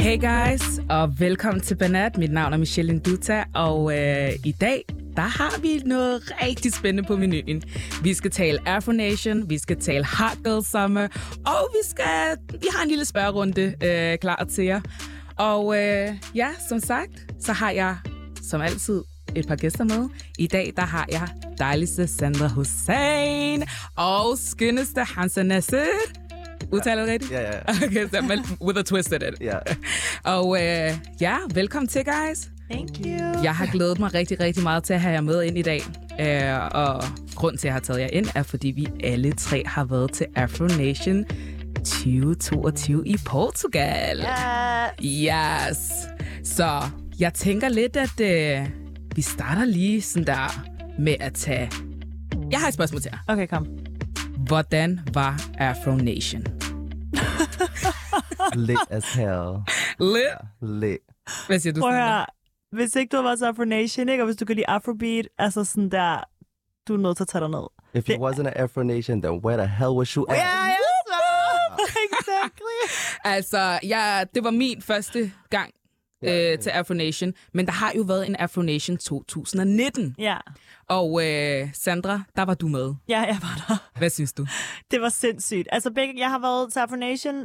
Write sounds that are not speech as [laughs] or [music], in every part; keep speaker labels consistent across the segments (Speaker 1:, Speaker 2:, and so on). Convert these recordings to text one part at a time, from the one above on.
Speaker 1: Hey guys, og velkommen til Banat. Mit navn er Michelle Induta, og øh, i dag, der har vi noget rigtig spændende på menuen. Vi skal tale Afro Nation, vi skal tale Hot Girl Summer, og vi, skal, vi har en lille spørgerunde øh, klar til jer. Og øh, ja, som sagt, så har jeg som altid et par gæster med. I dag, der har jeg dejligste Sandra Hussein og skønneste Hansa Nasser. Udtaler det rigtigt? [laughs]
Speaker 2: Ja, ja, ja.
Speaker 1: Okay, så, men with a twist in it.
Speaker 2: Ja.
Speaker 1: Og øh, ja, velkommen til, guys.
Speaker 3: Thank you.
Speaker 1: Jeg har glædet mig rigtig, rigtig meget til at have jer med ind i dag. Øh, og grund til, at jeg har taget jer ind, er, fordi vi alle tre har været til Afro Nation 2022 i Portugal.
Speaker 3: Uh,
Speaker 1: Yes. Så jeg tænker lidt, at øh, vi starter lige sådan der med at tage... Jeg har et spørgsmål til jer.
Speaker 3: okay, kom.
Speaker 1: Hvordan var Afro Nation?
Speaker 2: Lit as hell.
Speaker 1: Lidt.
Speaker 2: Lit.
Speaker 1: Hvad siger du?
Speaker 3: Prøv at
Speaker 1: Sandra?
Speaker 3: høre. Hvis ikke du har været til Afro Nation, ikke? og hvis du kan lide Afrobeat, altså sådan der, du er nødt til at tage dig ned.
Speaker 2: If you wasn't an Afro Nation, then where the hell was you at?
Speaker 3: [laughs] exactly.
Speaker 1: Altså, ja, det var min første gang
Speaker 2: Ja.
Speaker 1: øh, til Afro Nation, men der har jo været en Afro Nation 2019.
Speaker 3: Ja.
Speaker 1: Og øh, Sandra, der var du med.
Speaker 3: ja, jeg var der.
Speaker 1: Hvad synes du?
Speaker 3: Det var sindssygt. Altså begge, jeg har været til Afro Nation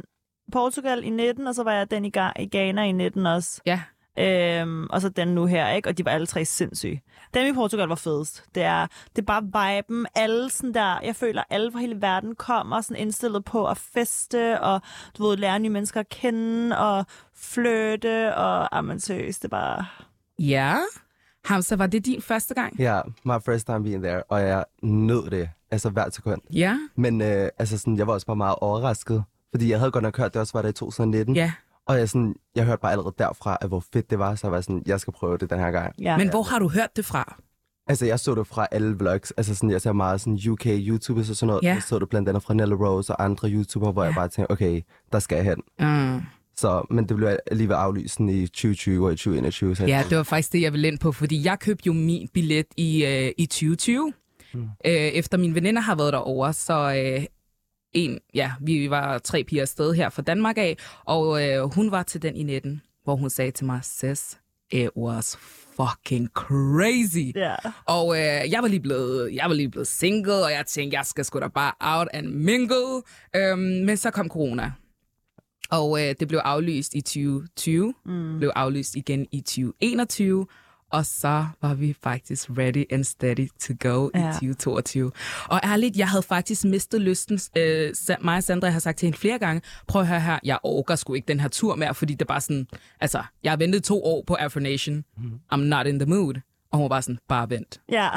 Speaker 3: Portugal i 19, og så var jeg den i, Ga- i Ghana i 19 også.
Speaker 1: Ja,
Speaker 3: Øhm, og så den nu her, ikke? Og de var alle tre sindssyge. Den i Portugal var fedest. Det er, det er bare viben. Alle sådan der, jeg føler, alle fra hele verden kommer sådan indstillet på at feste, og du ved, lære nye mennesker at kende, og flytte, og amen, seriøst, det er bare...
Speaker 1: ja. Hamza, var det din første gang?
Speaker 2: Ja, my first time being there, og jeg nød det, altså hvert sekund.
Speaker 1: Ja,
Speaker 2: Men øh, altså sådan, jeg var også bare meget overrasket, fordi jeg havde godt nok hørt, det også var der i 2019.
Speaker 1: ja.
Speaker 2: Og jeg, sådan, jeg hørte bare allerede derfra, at hvor fedt det var, så jeg var sådan, jeg skal prøve det den her gang.
Speaker 3: Ja.
Speaker 1: Men hvor har du hørt det fra?
Speaker 2: Altså, jeg så det fra alle vlogs. Altså, sådan, jeg ser meget sådan UK YouTubers og sådan noget.
Speaker 1: Ja.
Speaker 2: Jeg så det blandt andet fra Nella Rose og andre YouTubere, hvor jeg bare tænkte, okay, der skal jeg hen.
Speaker 1: Mm.
Speaker 2: Så, men det blev alligevel aflyst sådan i 2020 og i 2021. Så
Speaker 1: Ja, det var faktisk det, jeg ville ind på, fordi jeg købte jo min billet i, øh, i 2020, mm. øh, efter mine veninder har været derover, så øh, en, ja, vi var tre piger afsted her fra Danmark af, og øh, hun var til den i 19, hvor hun sagde til mig, sis, it was fucking crazy.
Speaker 3: Ja.
Speaker 1: Og øh, jeg, var lige blevet, jeg var lige blevet single, og jeg tænkte, jeg skal sgu da bare out and mingle. Øhm, men så kom corona. Og øh, det blev aflyst i 2020, mm. blev aflyst igen i 2021, og så var vi faktisk ready and steady to go ja. i
Speaker 3: Ja.
Speaker 1: 2022. Og ærligt, jeg havde faktisk mistet lysten. Øh, Sa- mig og Sandra har sagt til hende flere gange, prøv at høre her, jeg orker sgu ikke den her tur mere, fordi det er bare sådan, altså, jeg har ventet to år på Afro Nation. I'm not in the mood. Og hun var bare sådan, bare vent.
Speaker 3: Ja.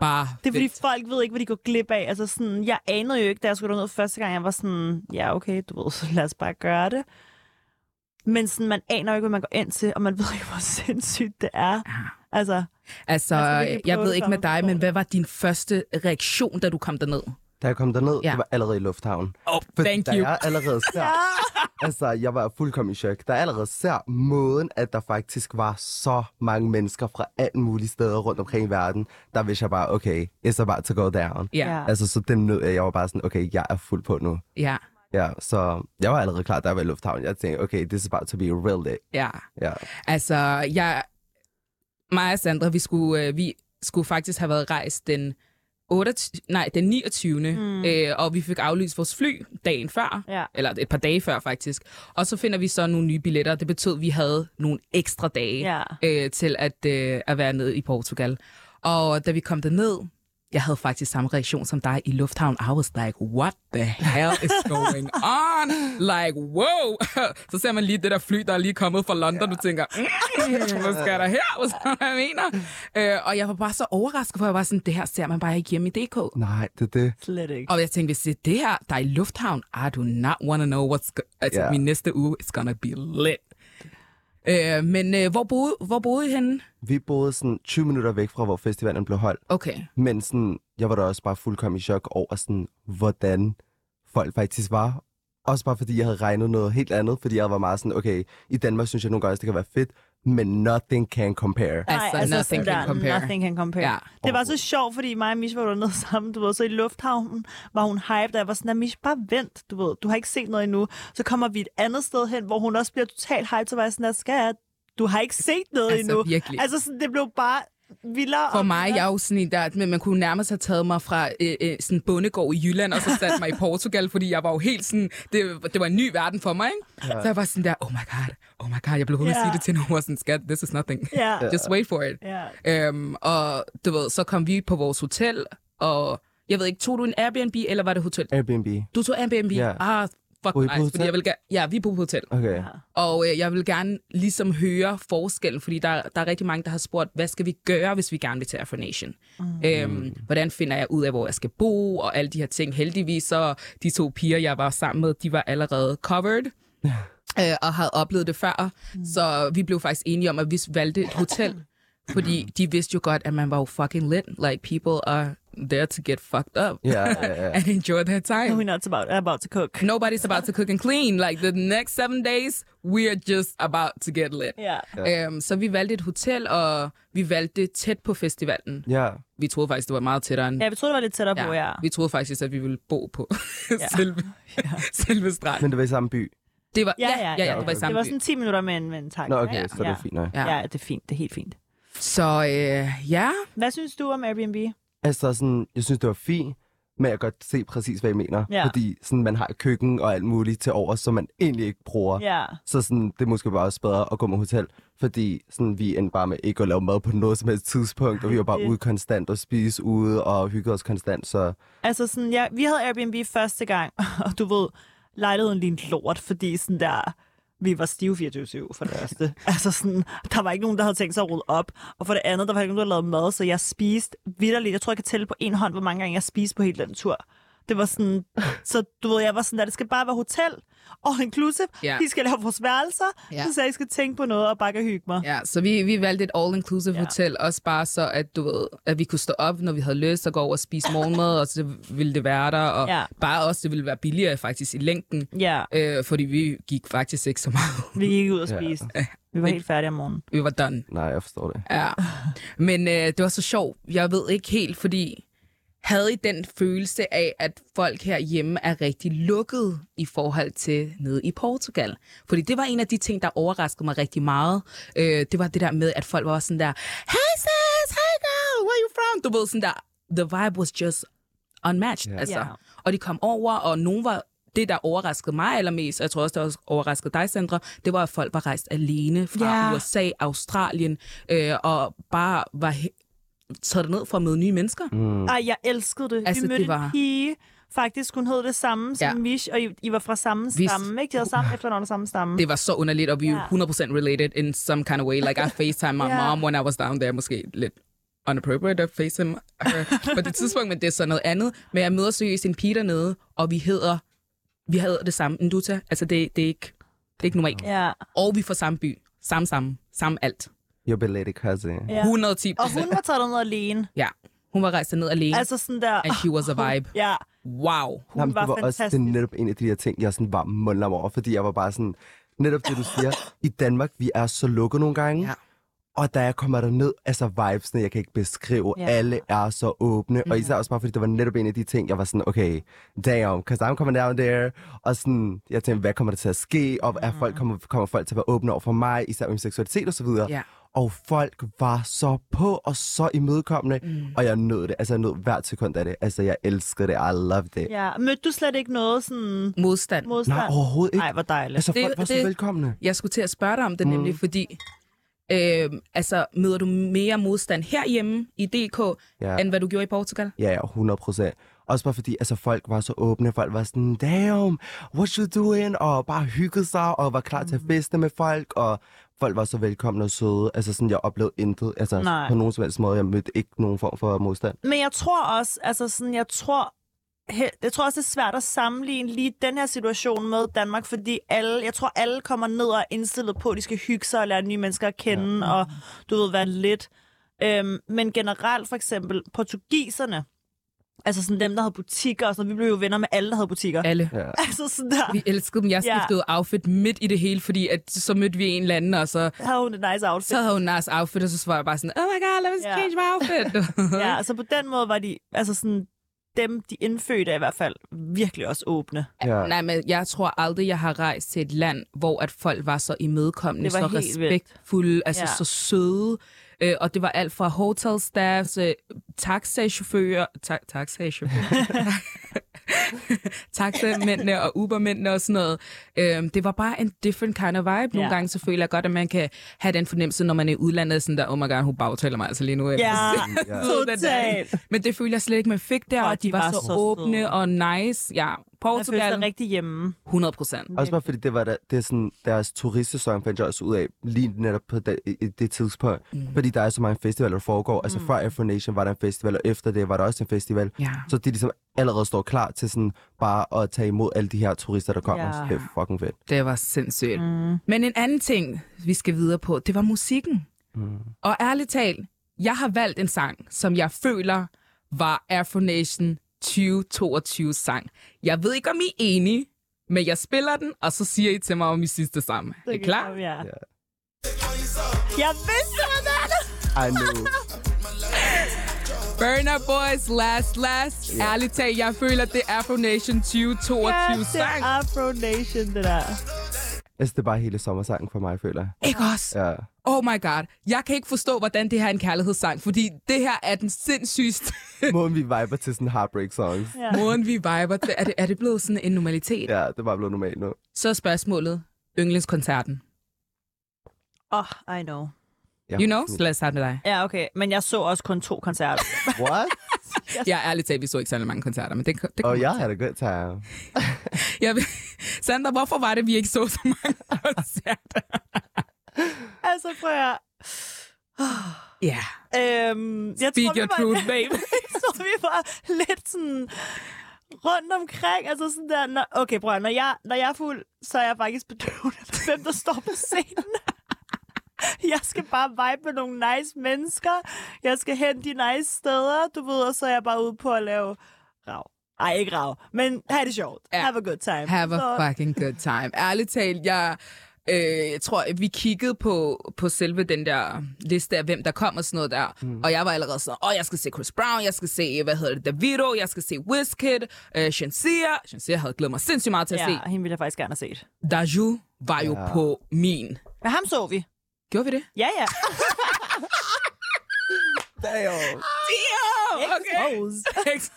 Speaker 1: Bare
Speaker 3: Det er fordi
Speaker 1: vent.
Speaker 3: folk ved ikke, hvad de går glip af. Altså sådan, jeg anede jo ikke, da jeg skulle derned første gang, jeg var sådan, ja okay, du ved, [laughs] så lad os bare gøre det. Men sådan, man aner jo ikke, hvad man går ind til, og man [laughs] ved ikke, hvor sindssygt det er. Altså,
Speaker 1: Altså,
Speaker 3: Jeg skal virkelig
Speaker 1: jeg
Speaker 3: prøve
Speaker 1: ved
Speaker 3: det
Speaker 1: ikke med
Speaker 3: samme
Speaker 1: dig, men
Speaker 3: sprog.
Speaker 1: hvad var din første reaktion, da du kom derned?
Speaker 2: da jeg kom derned,
Speaker 1: Ja.
Speaker 2: ja. det var allerede i lufthavnen.
Speaker 1: Oh,
Speaker 2: For
Speaker 1: thank
Speaker 2: der
Speaker 1: you.
Speaker 2: er
Speaker 1: [laughs]
Speaker 2: allerede ser, altså, jeg var fuldkommen i chok. Der er allerede ser måden, at der faktisk var så mange mennesker fra alle mulige steder rundt omkring i verden, der vidste jeg bare, okay, it's about to go down.
Speaker 1: Ja,
Speaker 2: Altså, så dem nød jeg. Jeg var bare sådan, okay, jeg er fuld på nu.
Speaker 1: ja,
Speaker 2: Ja, så jeg var allerede klar, da jeg var i lufthavnen. Jeg tænkte, okay, this is about to be a real day.
Speaker 1: ja.
Speaker 2: Ja,
Speaker 1: Altså, jeg... Mig og Sandra, vi skulle, øh, vi skulle faktisk have været rejst den 28, nej, den 29. Mm. Øh, og vi fik aflyst vores fly dagen før.
Speaker 3: Ja.
Speaker 1: Eller et par dage før, faktisk. Og så finder vi så nogle nye billetter. Det betød, at vi havde nogle ekstra dage
Speaker 3: Ja.
Speaker 1: øh, til at, øh, at være nede i Portugal. Og da vi kom derned, jeg havde faktisk samme reaktion som dig i lufthavn. I was like, what the hell is going on? Like, wow! [laughs] Så ser man lige det der fly, der er lige kommet fra London, yeah. du tænker, mm, hvad skal der her? [laughs] Hvad skal der, jeg mener? Øh, og jeg var bare så overrasket, for jeg var sådan, det her ser man bare ikke hjemme i DK.
Speaker 2: nej, det er det.
Speaker 3: slet ikke.
Speaker 1: Og jeg tænkte, hvis det er det her, der er i lufthavn, I do not want to know what's go- altså,
Speaker 2: Ja.
Speaker 1: min næste uge is gonna be lit. Øh, men øh, hvor, boede, hvor boede I henne?
Speaker 2: Vi boede sådan 20 minutter væk fra, hvor festivalen blev holdt.
Speaker 1: Okay.
Speaker 2: Men sådan, jeg var da også bare fuldkommen i chok over, sådan, hvordan folk faktisk var. Også bare fordi jeg havde regnet noget helt andet, fordi jeg var meget sådan, okay, i Danmark synes jeg nogle gange, også, det kan være fedt, men nothing can compare.
Speaker 1: Ja. Altså, nothing
Speaker 3: sådan
Speaker 1: can compare.
Speaker 3: Nothing can compare.
Speaker 1: Ja.
Speaker 3: Ja. Det var så sjovt, fordi mig og Mish var dernede [laughs] sammen, du ved, så i lufthavnen var hun hype, der jeg var sådan, at Mish, bare vent, du ved, du har ikke set noget endnu. Så kommer vi et andet sted hen, hvor hun også bliver totalt hype, så var jeg sådan, at skat, du har ikke set noget
Speaker 1: Altså,
Speaker 3: endnu.
Speaker 1: virkelig.
Speaker 3: Altså, sådan, det blev bare vildere.
Speaker 1: For
Speaker 3: og
Speaker 1: mig, jeg er jo sådan en der, men man kunne nærmest have taget mig fra øh, øh, sådan en bondegård i Jylland, og så sat mig i Portugal, fordi jeg var jo helt sådan, det, det var en ny verden for mig, ikke? Ja. Så jeg var sådan der, oh my god, oh my god, jeg blev ved med at sige
Speaker 3: Ja.
Speaker 1: det til nogen, og sådan, skat, this is nothing.
Speaker 3: Ja. Ja.
Speaker 1: Just wait for it.
Speaker 3: Ja.
Speaker 1: Øhm, og du ved, så kom vi på vores hotel, og jeg ved ikke, tog du en Airbnb, eller var det hotel?
Speaker 2: Airbnb.
Speaker 1: Du tog Airbnb?
Speaker 2: Ja.
Speaker 1: Ah, fuck
Speaker 2: Var I
Speaker 1: nice,
Speaker 2: på
Speaker 1: fordi
Speaker 2: hotel?
Speaker 1: jeg vil gerne... Ja, vi er på hotel.
Speaker 2: Okay.
Speaker 1: Og øh, jeg vil gerne ligesom høre forskellen, fordi der, der er rigtig mange, der har spurgt, hvad skal vi gøre, hvis vi gerne vil til Afronation? Mm. Øhm, hvordan finder jeg ud af, hvor jeg skal bo, og alle de her ting. Heldigvis så de to piger, jeg var sammen med, de var allerede covered. Øh, og havde oplevet det før, mm. så vi blev faktisk enige om, at vi valgte et hotel, fordi de vidste jo godt, at man var jo fucking lit, like people are there to get fucked up
Speaker 2: Ja, ja, ja.
Speaker 1: [laughs] and enjoy their time.
Speaker 3: We're not about, about to cook.
Speaker 1: nobody's about to cook and clean. Like the next seven days, we're just about to get lit.
Speaker 3: Ja.
Speaker 1: Øhm, så vi valgte et hotel, og vi valgte det tæt på festivalen.
Speaker 2: Ja.
Speaker 1: Vi troede faktisk, det var meget tættere end...
Speaker 3: Ja, vi troede, det var lidt tættere på, ja.
Speaker 1: Vi troede faktisk, at vi ville bo på [laughs] selve, selve stranden.
Speaker 2: Men det var i samme by.
Speaker 1: Det var,
Speaker 3: Ja, ja, ja.
Speaker 1: det var i
Speaker 3: Det
Speaker 1: samme
Speaker 3: var
Speaker 1: by.
Speaker 3: sådan 10 minutter med en, med en tanke.
Speaker 2: Nå, okay,
Speaker 3: ja.
Speaker 2: så det er fint nok.
Speaker 3: Ja. ja, det er fint. Det er helt fint.
Speaker 1: Så øh, ja,
Speaker 3: Hvad synes du om Airbnb?
Speaker 2: Altså sådan, jeg synes, det var fint, men jeg kan godt se præcis, hvad I mener.
Speaker 3: Ja.
Speaker 2: Fordi sådan, man har et køkken og alt muligt til over, som man egentlig ikke bruger.
Speaker 3: Ja.
Speaker 2: Så sådan, det er måske bare også bedre at gå med hotel, fordi sådan, vi endte bare med ikke at lave mad på noget som helst tidspunkt, og vi var bare
Speaker 3: det-
Speaker 2: ude konstant og spise ude og hyggede os konstant, så
Speaker 3: Altså sådan, ja, vi havde Airbnb første gang, [laughs] og du ved, lejligheden lignede lort, fordi sådan der, vi var stive 24-7 for det
Speaker 1: [laughs]
Speaker 3: første. altså sådan, der var ikke nogen, der havde tænkt sig at rydde op. Og for det andet, der var ikke nogen, der havde lavet mad, så jeg spiste vidderligt. Jeg tror, jeg kan tælle på en hånd, hvor mange gange jeg spiste på hele den tur. Det var sådan, så du ved, jeg var sådan der, det skal bare være hotel, all inclusive,
Speaker 1: Ja.
Speaker 3: vi skal lave vores værelser,
Speaker 1: Ja.
Speaker 3: så jeg ikke skal tænke på noget og bare kan hygge mig.
Speaker 1: ja, så vi, vi valgte et all-inclusive
Speaker 3: Ja.
Speaker 1: hotel, også bare så, at du ved, at vi kunne stå op, når vi havde lyst, og gå over og spise morgenmad, og så ville det være der, og
Speaker 3: Ja.
Speaker 1: bare også, det ville være billigere faktisk i længden,
Speaker 3: Ja,
Speaker 1: øh, fordi vi gik faktisk ikke så meget [laughs] ud.
Speaker 3: vi gik ud og spiste. Vi var helt færdige om morgenen.
Speaker 1: Vi var done.
Speaker 2: nej, jeg forstår det.
Speaker 1: Ja. Men øh, det var så sjovt. Jeg ved ikke helt, fordi havde I den følelse af, at folk herhjemme er rigtig lukket i forhold til nede i Portugal? Fordi det var en af de ting, der overraskede mig rigtig meget. Øh, det var det der med, at folk var sådan der, Hey sis, hey girl, where you from? Du ved sådan der, the vibe was just unmatched. Yeah. Altså.
Speaker 3: Ja.
Speaker 1: Yeah. Og de kom over, og nogen var det, der overraskede mig allermest, og jeg tror også, det også overraskede dig, Sandra, det var, at folk var rejst alene fra
Speaker 3: Ja.
Speaker 1: USA. USA, Australien, øh, og bare var he- taget ned for at møde nye mennesker. Mm.
Speaker 3: Ej, jeg elskede det.
Speaker 1: Altså,
Speaker 3: Altså, vi mødte
Speaker 1: det var-
Speaker 3: en pige, faktisk, hun hed det samme som
Speaker 1: Ja.
Speaker 3: ja. Mish, og I, I var fra samme
Speaker 1: Vi-
Speaker 3: stamme, ikke? De havde samme efternavn og samme stamme.
Speaker 1: Det var så underligt, og vi er
Speaker 3: Ja.
Speaker 1: 100% related in some kind of way. Like, I FaceTime my
Speaker 3: [laughs] Ja.
Speaker 1: mom when I was down there, måske lidt unappropriate at FaceTime her på det tidspunkt, men det er så noget andet. Men jeg møder seriøst en pige dernede, og vi hedder, vi hedder det samme, Nduta. Altså, det, det, er ikke, det er ikke normalt.
Speaker 3: Ja.
Speaker 1: Og vi får samme by, samme samme, samme alt.
Speaker 2: Your belated cousin.
Speaker 3: Ja.
Speaker 1: 110
Speaker 3: Og hun var taget derned alene.
Speaker 1: Ja, hun var rejst ned alene,
Speaker 3: Altså sådan der...
Speaker 1: and she was a vibe.
Speaker 3: Ja,
Speaker 1: Wow.
Speaker 3: hun
Speaker 2: Jamen,
Speaker 3: var,
Speaker 2: det var også det
Speaker 3: fantastisk.
Speaker 2: er netop en af de der ting, jeg sådan var mundlam over, fordi jeg var bare sådan, netop
Speaker 3: [gasps]
Speaker 2: det du siger, i Danmark, vi er så lukket nogle gange,
Speaker 1: Ja.
Speaker 2: og da jeg kommer derned, altså vibesene, jeg kan ikke beskrive,
Speaker 3: Ja. Mhm.
Speaker 2: ja. alle er så åbne, og især også bare fordi det var netop en af de ting, jeg var sådan, okay, damn, cause I'm coming down there, og sådan, jeg tænkte, hvad kommer der til at ske, og er
Speaker 3: Mhm.
Speaker 2: folk, kommer, kommer folk til at være åbne over for mig, især om seksualitet og så videre.
Speaker 1: Ja.
Speaker 2: Og folk var så på og så imødekommende, mm. og jeg nød det. Altså, jeg nød hvert sekund af det. Altså, jeg elskede det. I loved it.
Speaker 3: Ja, mødte du slet ikke noget sådan
Speaker 1: Modstand.
Speaker 3: modstand?
Speaker 2: Nej, overhovedet ikke.
Speaker 3: Ej, hvor dejligt.
Speaker 2: Altså,
Speaker 1: Det-
Speaker 2: folk var så
Speaker 1: det-
Speaker 2: velkomne.
Speaker 1: Jeg skulle til at spørge dig om
Speaker 2: Mm.
Speaker 1: det nemlig, fordi øh, altså, møder du mere modstand herhjemme i DK, ja.
Speaker 2: Ja.
Speaker 1: end hvad du gjorde i Portugal?
Speaker 2: Ja, ja, 100 procent. Også bare fordi, altså folk var så åbne, folk var sådan, damn, what you doing? Og bare hyggede sig, og var klar til
Speaker 1: Mhm.
Speaker 2: at feste med folk, og folk var så velkomne og søde. Altså sådan, jeg oplevede intet, altså
Speaker 3: Nej.
Speaker 2: Nej. på nogen som helst måde, jeg mødte ikke nogen form for modstand.
Speaker 3: Men jeg tror også, altså sådan, jeg tror, he- jeg tror også, det er svært at sammenligne lige den her situation med Danmark, fordi alle, jeg tror, alle kommer ned og er indstillet på, at de skal hygge sig og lære nye mennesker at kende, ja. og du ved, være lidt. Øhm, men generelt for eksempel, portugiserne, Altså sådan dem, der havde butikker og sådan noget. Vi blev jo venner med alle, der havde butikker.
Speaker 1: Alle. [laughs]
Speaker 2: Ja.
Speaker 3: [laughs] Altså sådan der.
Speaker 1: Vi elskede dem. Jeg
Speaker 3: Ja.
Speaker 1: skiftede yeah. outfit midt i det hele, fordi at, så mødte vi en eller anden, og så,
Speaker 3: havde hun et nice outfit.
Speaker 1: så havde hun Nars outfit, og så var jeg bare sådan, oh my god, let me
Speaker 3: Ja.
Speaker 1: change my outfit.
Speaker 3: [laughs]
Speaker 1: [laughs]
Speaker 3: Ja, altså på den måde var de, altså sådan, dem, de indfødte er i hvert fald, virkelig også åbne.
Speaker 2: Ja.
Speaker 1: Nej, men jeg tror aldrig, jeg har rejst til et land, hvor at folk var så imødekommende,
Speaker 3: Det var
Speaker 1: så
Speaker 3: helt vildt.
Speaker 1: respektfulde, altså
Speaker 3: Ja.
Speaker 1: så søde. Øh, og det var alt fra hotel staffs, øh, taxachauffører, ta- taxachauffører, [laughs] taxamændene og ubermændene og sådan noget. Øhm, det var bare en different kind of vibe. Nogle
Speaker 3: Ja.
Speaker 1: gange så føler jeg godt, at man kan have den fornemmelse, når man er i udlandet, sådan der, oh my god, hun bagtaler mig altså lige nu. [laughs]
Speaker 3: Ja,
Speaker 2: Ja.
Speaker 3: totalt.
Speaker 1: Men det føler jeg slet ikke, man fik der, og, de, var, så,
Speaker 3: søde.
Speaker 1: åbne og nice. Ja,
Speaker 3: Jeg følte
Speaker 1: Portugal,
Speaker 3: sig rigtig hjemme.
Speaker 1: 100 procent.
Speaker 2: Også bare fordi det var der, det er sådan, deres turistsæson fandt jeg også ud af, lige netop på det, i- i det tidspunkt. Mm.
Speaker 1: Mhm.
Speaker 2: Fordi der er så mange festivaler, der foregår. Altså før Afro Nation var der en festival, og efter det var der også en festival.
Speaker 1: Ja.
Speaker 2: Så de ligesom allerede står klar til sådan bare at tage imod alle de her turister, der kommer.
Speaker 3: Ja.
Speaker 2: Ja. Det er fucking fedt.
Speaker 1: Det var sindssygt. Mm. Men en anden ting, vi skal videre på, det var musikken. Mm. Og ærligt talt, jeg har valgt en sang, som jeg føler var Afro Nation 2022 sang. Jeg ved ikke, om I er enige, men jeg spiller den, og så siger I til mig, om I synes det samme. er I klar?
Speaker 3: Ja. Jeg vidste, hvad det er!
Speaker 2: I know.
Speaker 1: Burner Boys, Last Last. Yeah. Ærligt talt, jeg føler, det er Afro Nation 2022
Speaker 3: Yes, det
Speaker 1: sang.
Speaker 3: er Afro Nation, det der.
Speaker 2: altså, det er bare hele sommersangen for mig, føler jeg.
Speaker 1: Ikke også?
Speaker 2: [laughs] Ja.
Speaker 1: Oh my god. Jeg kan ikke forstå, hvordan det her er en kærlighedssang, fordi det her er den sindssygeste
Speaker 2: Måden vi viber til sådan heartbreak songs.
Speaker 3: Ja.
Speaker 1: Måden vi viber, det, er, det, er det blevet sådan en normalitet? Ja.
Speaker 2: Ja, det er bare blevet normalt nu.
Speaker 1: Så er spørgsmålet, yndlingskoncerten.
Speaker 3: Oh, I know.
Speaker 2: Ja.
Speaker 1: You know? Så lad os starte med dig.
Speaker 3: Ja, okay. Men jeg så også kun to koncerter.
Speaker 2: What?
Speaker 1: Jeg er ærligt talt, vi så ikke særlig mange koncerter, men det, det
Speaker 2: Oh,
Speaker 1: kommer.
Speaker 2: jeg had a good time.
Speaker 1: Jeg, ved- [laughs] Sandra, hvorfor var det, vi ikke så så mange [laughs] koncerter?
Speaker 3: altså, prøv at...
Speaker 1: Ja,
Speaker 3: Øhm, jeg
Speaker 1: speak
Speaker 3: tror, vi
Speaker 1: your
Speaker 3: var, [laughs]
Speaker 1: truth, babe.
Speaker 3: så vi var lidt sådan rundt omkring. Altså sådan der, når, okay, prøv at, høre, når jeg, når jeg er fuld, så er jeg faktisk bedøvende, for, hvem der står på scenen. [laughs] Jeg skal bare vibe med nogle nice mennesker. Jeg skal hen de nice steder, du ved, og så er jeg bare ude på at lave rav. Ej, ikke rav, men have det sjovt.
Speaker 1: Ja.
Speaker 3: Have a good time.
Speaker 1: Have
Speaker 3: så,
Speaker 1: a fucking good time. Ærligt talt, jeg, øh, jeg tror, at vi kiggede på, på selve den der liste af, hvem der kom og sådan noget der. Mm. Og jeg var allerede sådan, åh, jeg skal se Chris Brown, jeg skal se, hvad hedder det, Davido, jeg skal se Wizkid, øh, Shenseea. Shenseea havde glædet mig sindssygt meget til at ja. se.
Speaker 3: Ja, hende ville jeg faktisk gerne have set.
Speaker 1: Daju var jo
Speaker 2: Ja.
Speaker 1: på min.
Speaker 3: Men ham så vi.
Speaker 1: Gjorde vi det?
Speaker 3: Ja,
Speaker 1: [laughs]
Speaker 3: ja.
Speaker 2: Damn.
Speaker 1: Damn! Ex-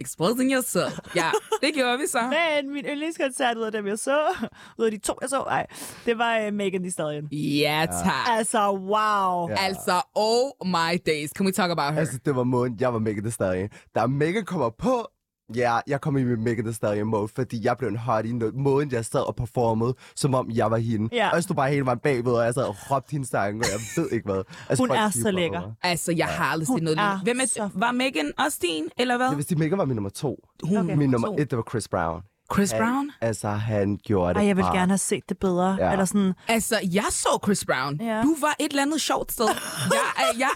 Speaker 1: Exposing yourself. Ja, det gjorde vi så.
Speaker 3: Men min yndlingskoncert ud af dem, jeg så, [laughs] ud af de to, jeg så, ej, det var uh, Megan Thee Stallion.
Speaker 1: Ja, tak.
Speaker 3: Altså, wow. Ja.
Speaker 1: Altså, oh my days. Can we talk about her?
Speaker 2: Altså, det var måden, jeg var mega det stadig. Da mega kommer på, ja, jeg kom i min mega det stadig mode, fordi jeg blev en hottie. Nå- Måden, jeg sad og performede, som om jeg var hende.
Speaker 3: Ja.
Speaker 2: Og jeg stod bare hele vejen bagved, og jeg sad og råbte hendes sange, og jeg ved ikke hvad. Altså,
Speaker 3: Hun
Speaker 2: folk
Speaker 3: er
Speaker 2: kiggede
Speaker 3: så
Speaker 2: bare på
Speaker 3: lækker.
Speaker 2: mig.
Speaker 1: Altså, jeg har aldrig
Speaker 3: Hun
Speaker 1: set noget lignende.
Speaker 3: er
Speaker 1: Hvem
Speaker 3: så
Speaker 1: er,
Speaker 3: flot.
Speaker 1: var Megan også din, eller hvad?
Speaker 2: Jeg vidste, Mega var min nummer to.
Speaker 1: Hun
Speaker 2: Okay. Min nummer et, det var Chris Brown.
Speaker 1: Chris Brown?
Speaker 2: Altså, han gjorde det
Speaker 3: Ej, jeg ville
Speaker 2: bare.
Speaker 3: gerne have set det bedre. Ja.
Speaker 2: Ja.
Speaker 3: Eller sådan,
Speaker 1: Altså, jeg så Chris Brown.
Speaker 3: Ja.
Speaker 1: Du var et eller andet sjovt
Speaker 3: [laughs]
Speaker 1: sted. Jeg, er, jeg,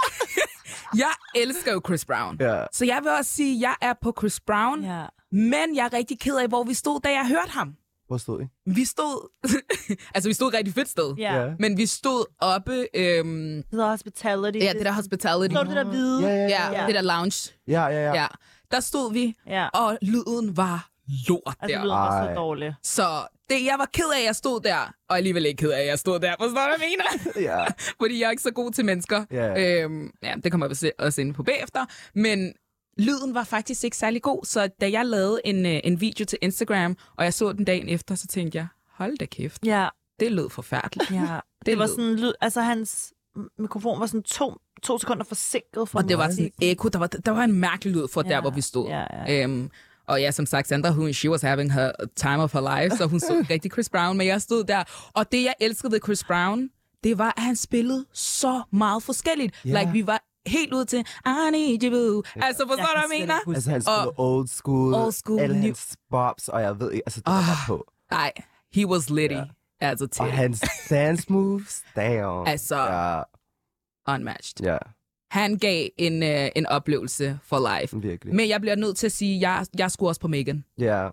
Speaker 1: jeg elsker jo Chris Brown.
Speaker 2: Ja.
Speaker 1: Så jeg vil også sige, at jeg er på Chris Brown,
Speaker 3: Ja.
Speaker 1: men jeg er rigtig ked af, hvor vi stod, da jeg hørte ham.
Speaker 2: Hvor stod I?
Speaker 1: Vi stod... [laughs] altså, vi stod et rigtig fedt sted.
Speaker 3: ja.
Speaker 2: Ja.
Speaker 3: ja.
Speaker 1: Men vi stod oppe... Øhm,
Speaker 3: Det hedder hospitality.
Speaker 1: ja, det der hospitality.
Speaker 3: Så du det der hvide?
Speaker 2: Ja, ja,
Speaker 1: Ja, det der lounge.
Speaker 2: ja, ja. ja.
Speaker 1: Ja. Der stod vi,
Speaker 3: ja.
Speaker 1: og lyden var lort
Speaker 3: Altså,
Speaker 1: der.
Speaker 3: lyden var så
Speaker 2: Ej.
Speaker 3: dårlig.
Speaker 1: Så det, jeg var ked af, at jeg stod der, og alligevel ikke ked af, at jeg stod der. Forstår du, hvad jeg [laughs] mener?
Speaker 2: ja.
Speaker 1: Fordi jeg er ikke så god til mennesker.
Speaker 2: Ja.
Speaker 1: Øhm, ja, det kommer jeg også ind på bagefter. Men lyden var faktisk ikke særlig god, så da jeg lavede en, øh, en video til Instagram, og jeg så den dagen efter, så tænkte jeg, hold da kæft,
Speaker 3: Ja,
Speaker 1: det lød forfærdeligt.
Speaker 3: ja. [laughs] Det,
Speaker 1: Det
Speaker 3: var
Speaker 1: lød-
Speaker 3: sådan lyd, altså hans mikrofon var sådan to, to sekunder forsinket for
Speaker 1: Og det var sådan et ekko, der var, der var en mærkelig lyd for ja. der,
Speaker 3: Ja,
Speaker 1: hvor vi stod.
Speaker 3: ja,
Speaker 1: Øhm, og ja, som sagt, Sandra, hun, she was having her time of her life, så hun så
Speaker 3: [laughs]
Speaker 1: ikke rigtig Chris Brown, men jeg stod der. Og det, jeg elskede ved Chris Brown, det var, at han spillede så meget forskelligt. Yeah. Like, vi var helt ude til, I need you, boo. Altså, forstår
Speaker 3: Jeg
Speaker 1: du,
Speaker 3: kan
Speaker 1: hvad jeg
Speaker 3: slet
Speaker 1: mener?
Speaker 3: ikke huske
Speaker 2: Altså, han spillede old school.
Speaker 1: Old school,
Speaker 2: Alle
Speaker 1: new-
Speaker 2: hans bobs, og jeg ved ikke, altså, det var bare på.
Speaker 1: Nej, he was litty. Yeah. Altså,
Speaker 2: Og
Speaker 1: til
Speaker 2: hans dance moves, damn.
Speaker 1: Altså-
Speaker 2: Ja,
Speaker 1: unmatched.
Speaker 2: ja.
Speaker 1: Han gav en, øh, en oplevelse for life.
Speaker 2: Virkelig.
Speaker 1: Men jeg bliver nødt til at sige, at jeg, jeg skulle også på Megan.
Speaker 2: Ja,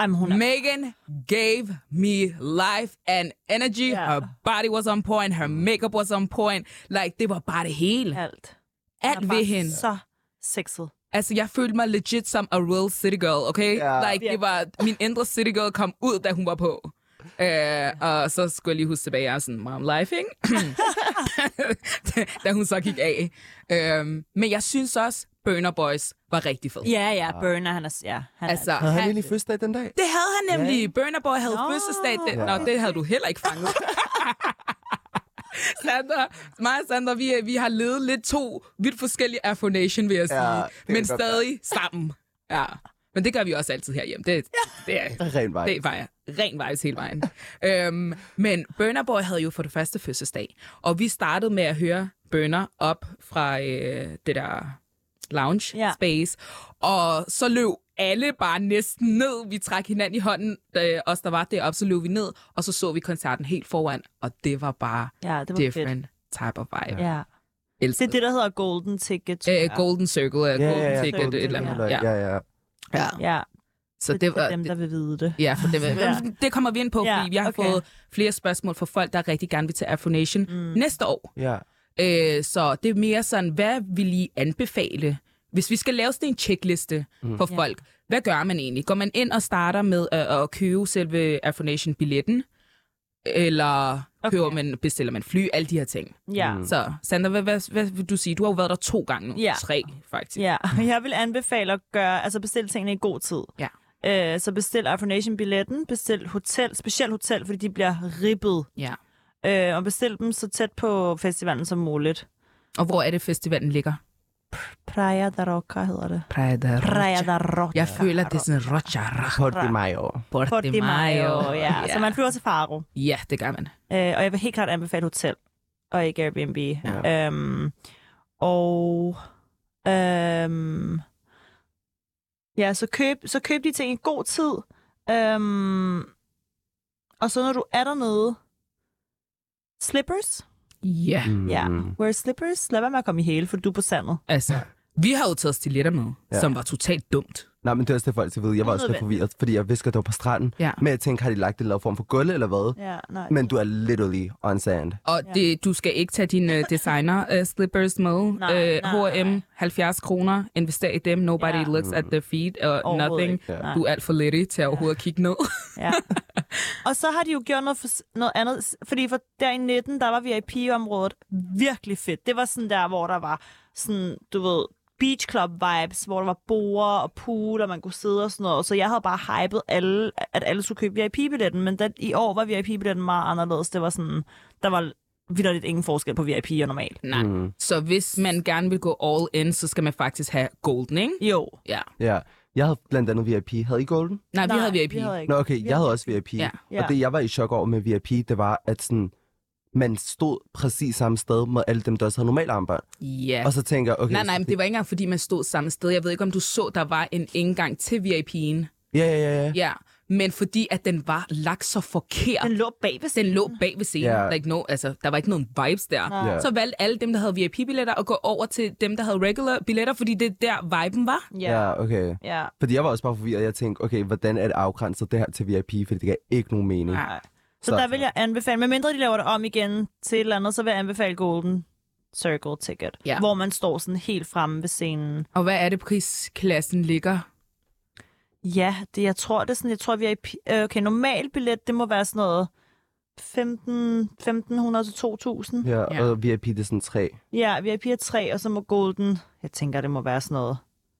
Speaker 3: Jamen, hun er
Speaker 1: Megan gave me life and energy.
Speaker 3: Ja.
Speaker 1: Her body was on point. Her makeup was on point. Like, det var bare det hele.
Speaker 3: alt. Hun er
Speaker 1: Alt
Speaker 3: bare
Speaker 1: ved hende.
Speaker 3: så sexet.
Speaker 1: Altså, jeg følte mig legit som a real city girl, okay?
Speaker 2: Ja.
Speaker 1: Like, det var, min indre city girl kom ud, da hun var på. Uh, og så skulle jeg lige huske tilbage, jeg er sådan, mom lifing, da hun så gik af. eh? Um, men jeg synes også, Burner Boys var rigtig fed.
Speaker 3: Ja, ja, Burner, han er... s- Ja, han
Speaker 1: Altså,
Speaker 3: er,
Speaker 2: havde han
Speaker 1: han-
Speaker 2: egentlig fødselsdag den dag?
Speaker 1: det havde han nemlig. Yeah. Burner Boy havde
Speaker 3: Nå.
Speaker 1: fødselsdag. Den.
Speaker 2: Ja.
Speaker 1: Nå, det havde du heller ikke fanget. [laughs] Sandra, mig og Sandra, vi, vi har levet lidt to vidt forskellige affirmation, vil jeg
Speaker 2: Ja,
Speaker 1: sige.
Speaker 2: det kan
Speaker 1: men
Speaker 2: godt være.
Speaker 1: stadig sammen. Ja. Men det gør vi også altid herhjemme. Det, det, er,
Speaker 2: Rent vej.
Speaker 1: det er bare ren vibes hele
Speaker 3: [laughs]
Speaker 1: vejen. øhm, men Burner Boy havde jo for det første fødselsdag, og vi startede med at høre Burner op fra øh, det der lounge
Speaker 3: Ja.
Speaker 1: ja. space, og så løb alle bare næsten ned. Vi trak hinanden i hånden, øh, os der var deroppe, så løb vi ned, og så så vi koncerten helt foran, og det var bare
Speaker 3: ja, det var fedt.
Speaker 1: different type of vibe. Ja.
Speaker 3: Ja. Det er
Speaker 1: Elskede.
Speaker 3: det, der hedder golden ticket. tror
Speaker 1: Æ,
Speaker 3: jeg.
Speaker 1: golden Circle, yeah, Golden yeah, Ticket,
Speaker 2: Golden
Speaker 1: et eller andet.
Speaker 2: Ticket.
Speaker 1: Ja.
Speaker 2: Ja, ja.
Speaker 1: Ja.
Speaker 3: Ja,
Speaker 1: Så det var,
Speaker 3: dem, der vil vide det.
Speaker 1: Ja, for det,
Speaker 3: Ja.
Speaker 1: ja. det kommer vi ind på, fordi
Speaker 3: Ja,
Speaker 1: ja, vi har
Speaker 3: okay.
Speaker 1: okay. fået flere spørgsmål fra folk, der rigtig gerne vil til Afronation mm. næste år.
Speaker 2: ja.
Speaker 1: Øh, så det er mere sådan, hvad vil I anbefale, hvis vi skal lave sådan en checkliste mm. for
Speaker 3: Ja.
Speaker 1: folk? Hvad gør man egentlig? Går man ind og starter med øh, at købe selve Afronation-billetten? Eller
Speaker 3: Okay.
Speaker 1: okay. køber man, bestiller man fly? Alle de her ting.
Speaker 3: Ja.
Speaker 1: Så Sandra, hvad, hvad, hvad vil du sige? Du har jo været der to gange nu.
Speaker 3: Ja.
Speaker 1: Tre, faktisk.
Speaker 3: Ja, [laughs] jeg vil anbefale at gøre, altså bestille tingene i god tid.
Speaker 1: Ja.
Speaker 3: Øh, så bestil Afronation-billetten, bestil hotel, specielt hotel, fordi de bliver ribbet.
Speaker 1: ja.
Speaker 3: Øh, og bestil dem så tæt på festivalen som muligt.
Speaker 1: Og hvor er det, festivalen ligger?
Speaker 3: Praia da Roca hedder det.
Speaker 1: Praia da
Speaker 3: Praia da Roca.
Speaker 1: Jeg føler, det er sådan Rocha Raja.
Speaker 2: Kort i maj år.
Speaker 3: Portimayo, ja. Så man flyver til Faro. Øh,
Speaker 1: ja, det gør man.
Speaker 3: og jeg vil helt klart anbefale hotel, og ikke Airbnb. Ja. Øhm, og... Øhm, ja, så køb, så køb de ting i god tid. Øhm, og så når du er dernede... Slippers?
Speaker 1: Ja,
Speaker 2: Mm.
Speaker 3: Ja. Wear slippers. Lad være med at komme i hele, for du er på sandet.
Speaker 1: altså. Vi har jo taget stiletter med, ja.
Speaker 2: Ja.
Speaker 1: som var totalt dumt.
Speaker 2: Nej, men det er også det, folk skal vide. Jeg var også lidt
Speaker 3: Unødvendigt.
Speaker 2: forvirret, fordi jeg vidste, at det var på stranden.
Speaker 1: Ja.
Speaker 2: Men jeg tænkte, har de lagt det i en eller anden form for gulv eller hvad?
Speaker 3: Ja, nej.
Speaker 2: Men du er literally on sand.
Speaker 1: Og ja. det, du skal ikke tage dine øh, designer-slippers med.
Speaker 3: Nej,
Speaker 1: Øh,
Speaker 3: nej.
Speaker 1: H&M, 70 kroner. Invester i dem. Nobody
Speaker 3: Ja.
Speaker 1: ja. looks at the feet or
Speaker 3: Overhovedet
Speaker 1: nothing.
Speaker 3: ikke. Nej.
Speaker 1: Du er alt for letty til at overhovedet at [laughs] kigge ned.
Speaker 3: Ja. [laughs] Og så har de jo gjort noget, for, noget andet, fordi for der i 19, der var VIP-området virkelig fedt. Det var sådan der, hvor der var sådan, du ved, beach club vibes, hvor der var borer og pool, og man kunne sidde og sådan noget. Så jeg havde bare hypet alle, at alle skulle købe VIP-billetten, men den, i år var VIP-billetten meget anderledes. Det var sådan, der var vidderligt ingen forskel på VIP og normal.
Speaker 1: nej. Mm. Så hvis man gerne vil gå all in, så skal man faktisk have golden, ikke?
Speaker 3: Jo.
Speaker 1: Ja.
Speaker 2: Ja. Jeg havde blandt andet VIP. Havde I Golden?
Speaker 1: Nej, vi havde VIP.
Speaker 3: Vi havde ikke.
Speaker 2: Nå, okay. Jeg havde også VIP.
Speaker 1: Ja.
Speaker 3: Ja.
Speaker 2: Og det, jeg var i chok over med VIP, det var, at sådan, man stod præcis samme sted med alle dem, der også havde normal armbånd.
Speaker 1: Ja.
Speaker 2: Og så tænker jeg, okay...
Speaker 1: Nej, nej, men det var ikke engang, fordi man stod samme sted. Jeg ved ikke, om du så, der var en indgang til VIP'en.
Speaker 2: Ja, ja, ja. ja.
Speaker 1: Ja, men fordi at den var lagt så forkert.
Speaker 3: Den
Speaker 1: Den,
Speaker 3: lå bag ved sig.
Speaker 1: den lå bag ved scenen.
Speaker 2: Ja.
Speaker 1: Yeah. Like no, altså, der var ikke nogen vibes der.
Speaker 3: Nej.
Speaker 2: Ja.
Speaker 1: Så valgte alle dem, der havde VIP-billetter, at gå over til dem, der havde regular billetter, fordi det er der viben var.
Speaker 3: Ja.
Speaker 2: ja okay.
Speaker 3: Ja.
Speaker 2: Fordi jeg var også bare forvirret. Jeg tænkte, okay, hvordan er det afgrænset det her til VIP? Fordi det gav ikke nogen mening.
Speaker 1: Nej.
Speaker 3: Så,
Speaker 2: Så-
Speaker 3: der vil jeg anbefale, medmindre de laver det om igen til et eller andet, så vil jeg anbefale Golden Circle Ticket,
Speaker 1: Ja.
Speaker 3: hvor man står sådan helt fremme ved scenen.
Speaker 1: Og hvad er det, prisklassen ligger?
Speaker 3: Ja, det, jeg tror, det er sådan, jeg tror, vi er i... pi- øh, Okay, normal billet, det må være sådan noget 15, 1500 til 2000. Ja.
Speaker 2: Ja,
Speaker 1: Ja.
Speaker 2: og VIP, det er sådan tre.
Speaker 3: ja, VIP er 3, og så må Golden... Jeg tænker, det må være sådan noget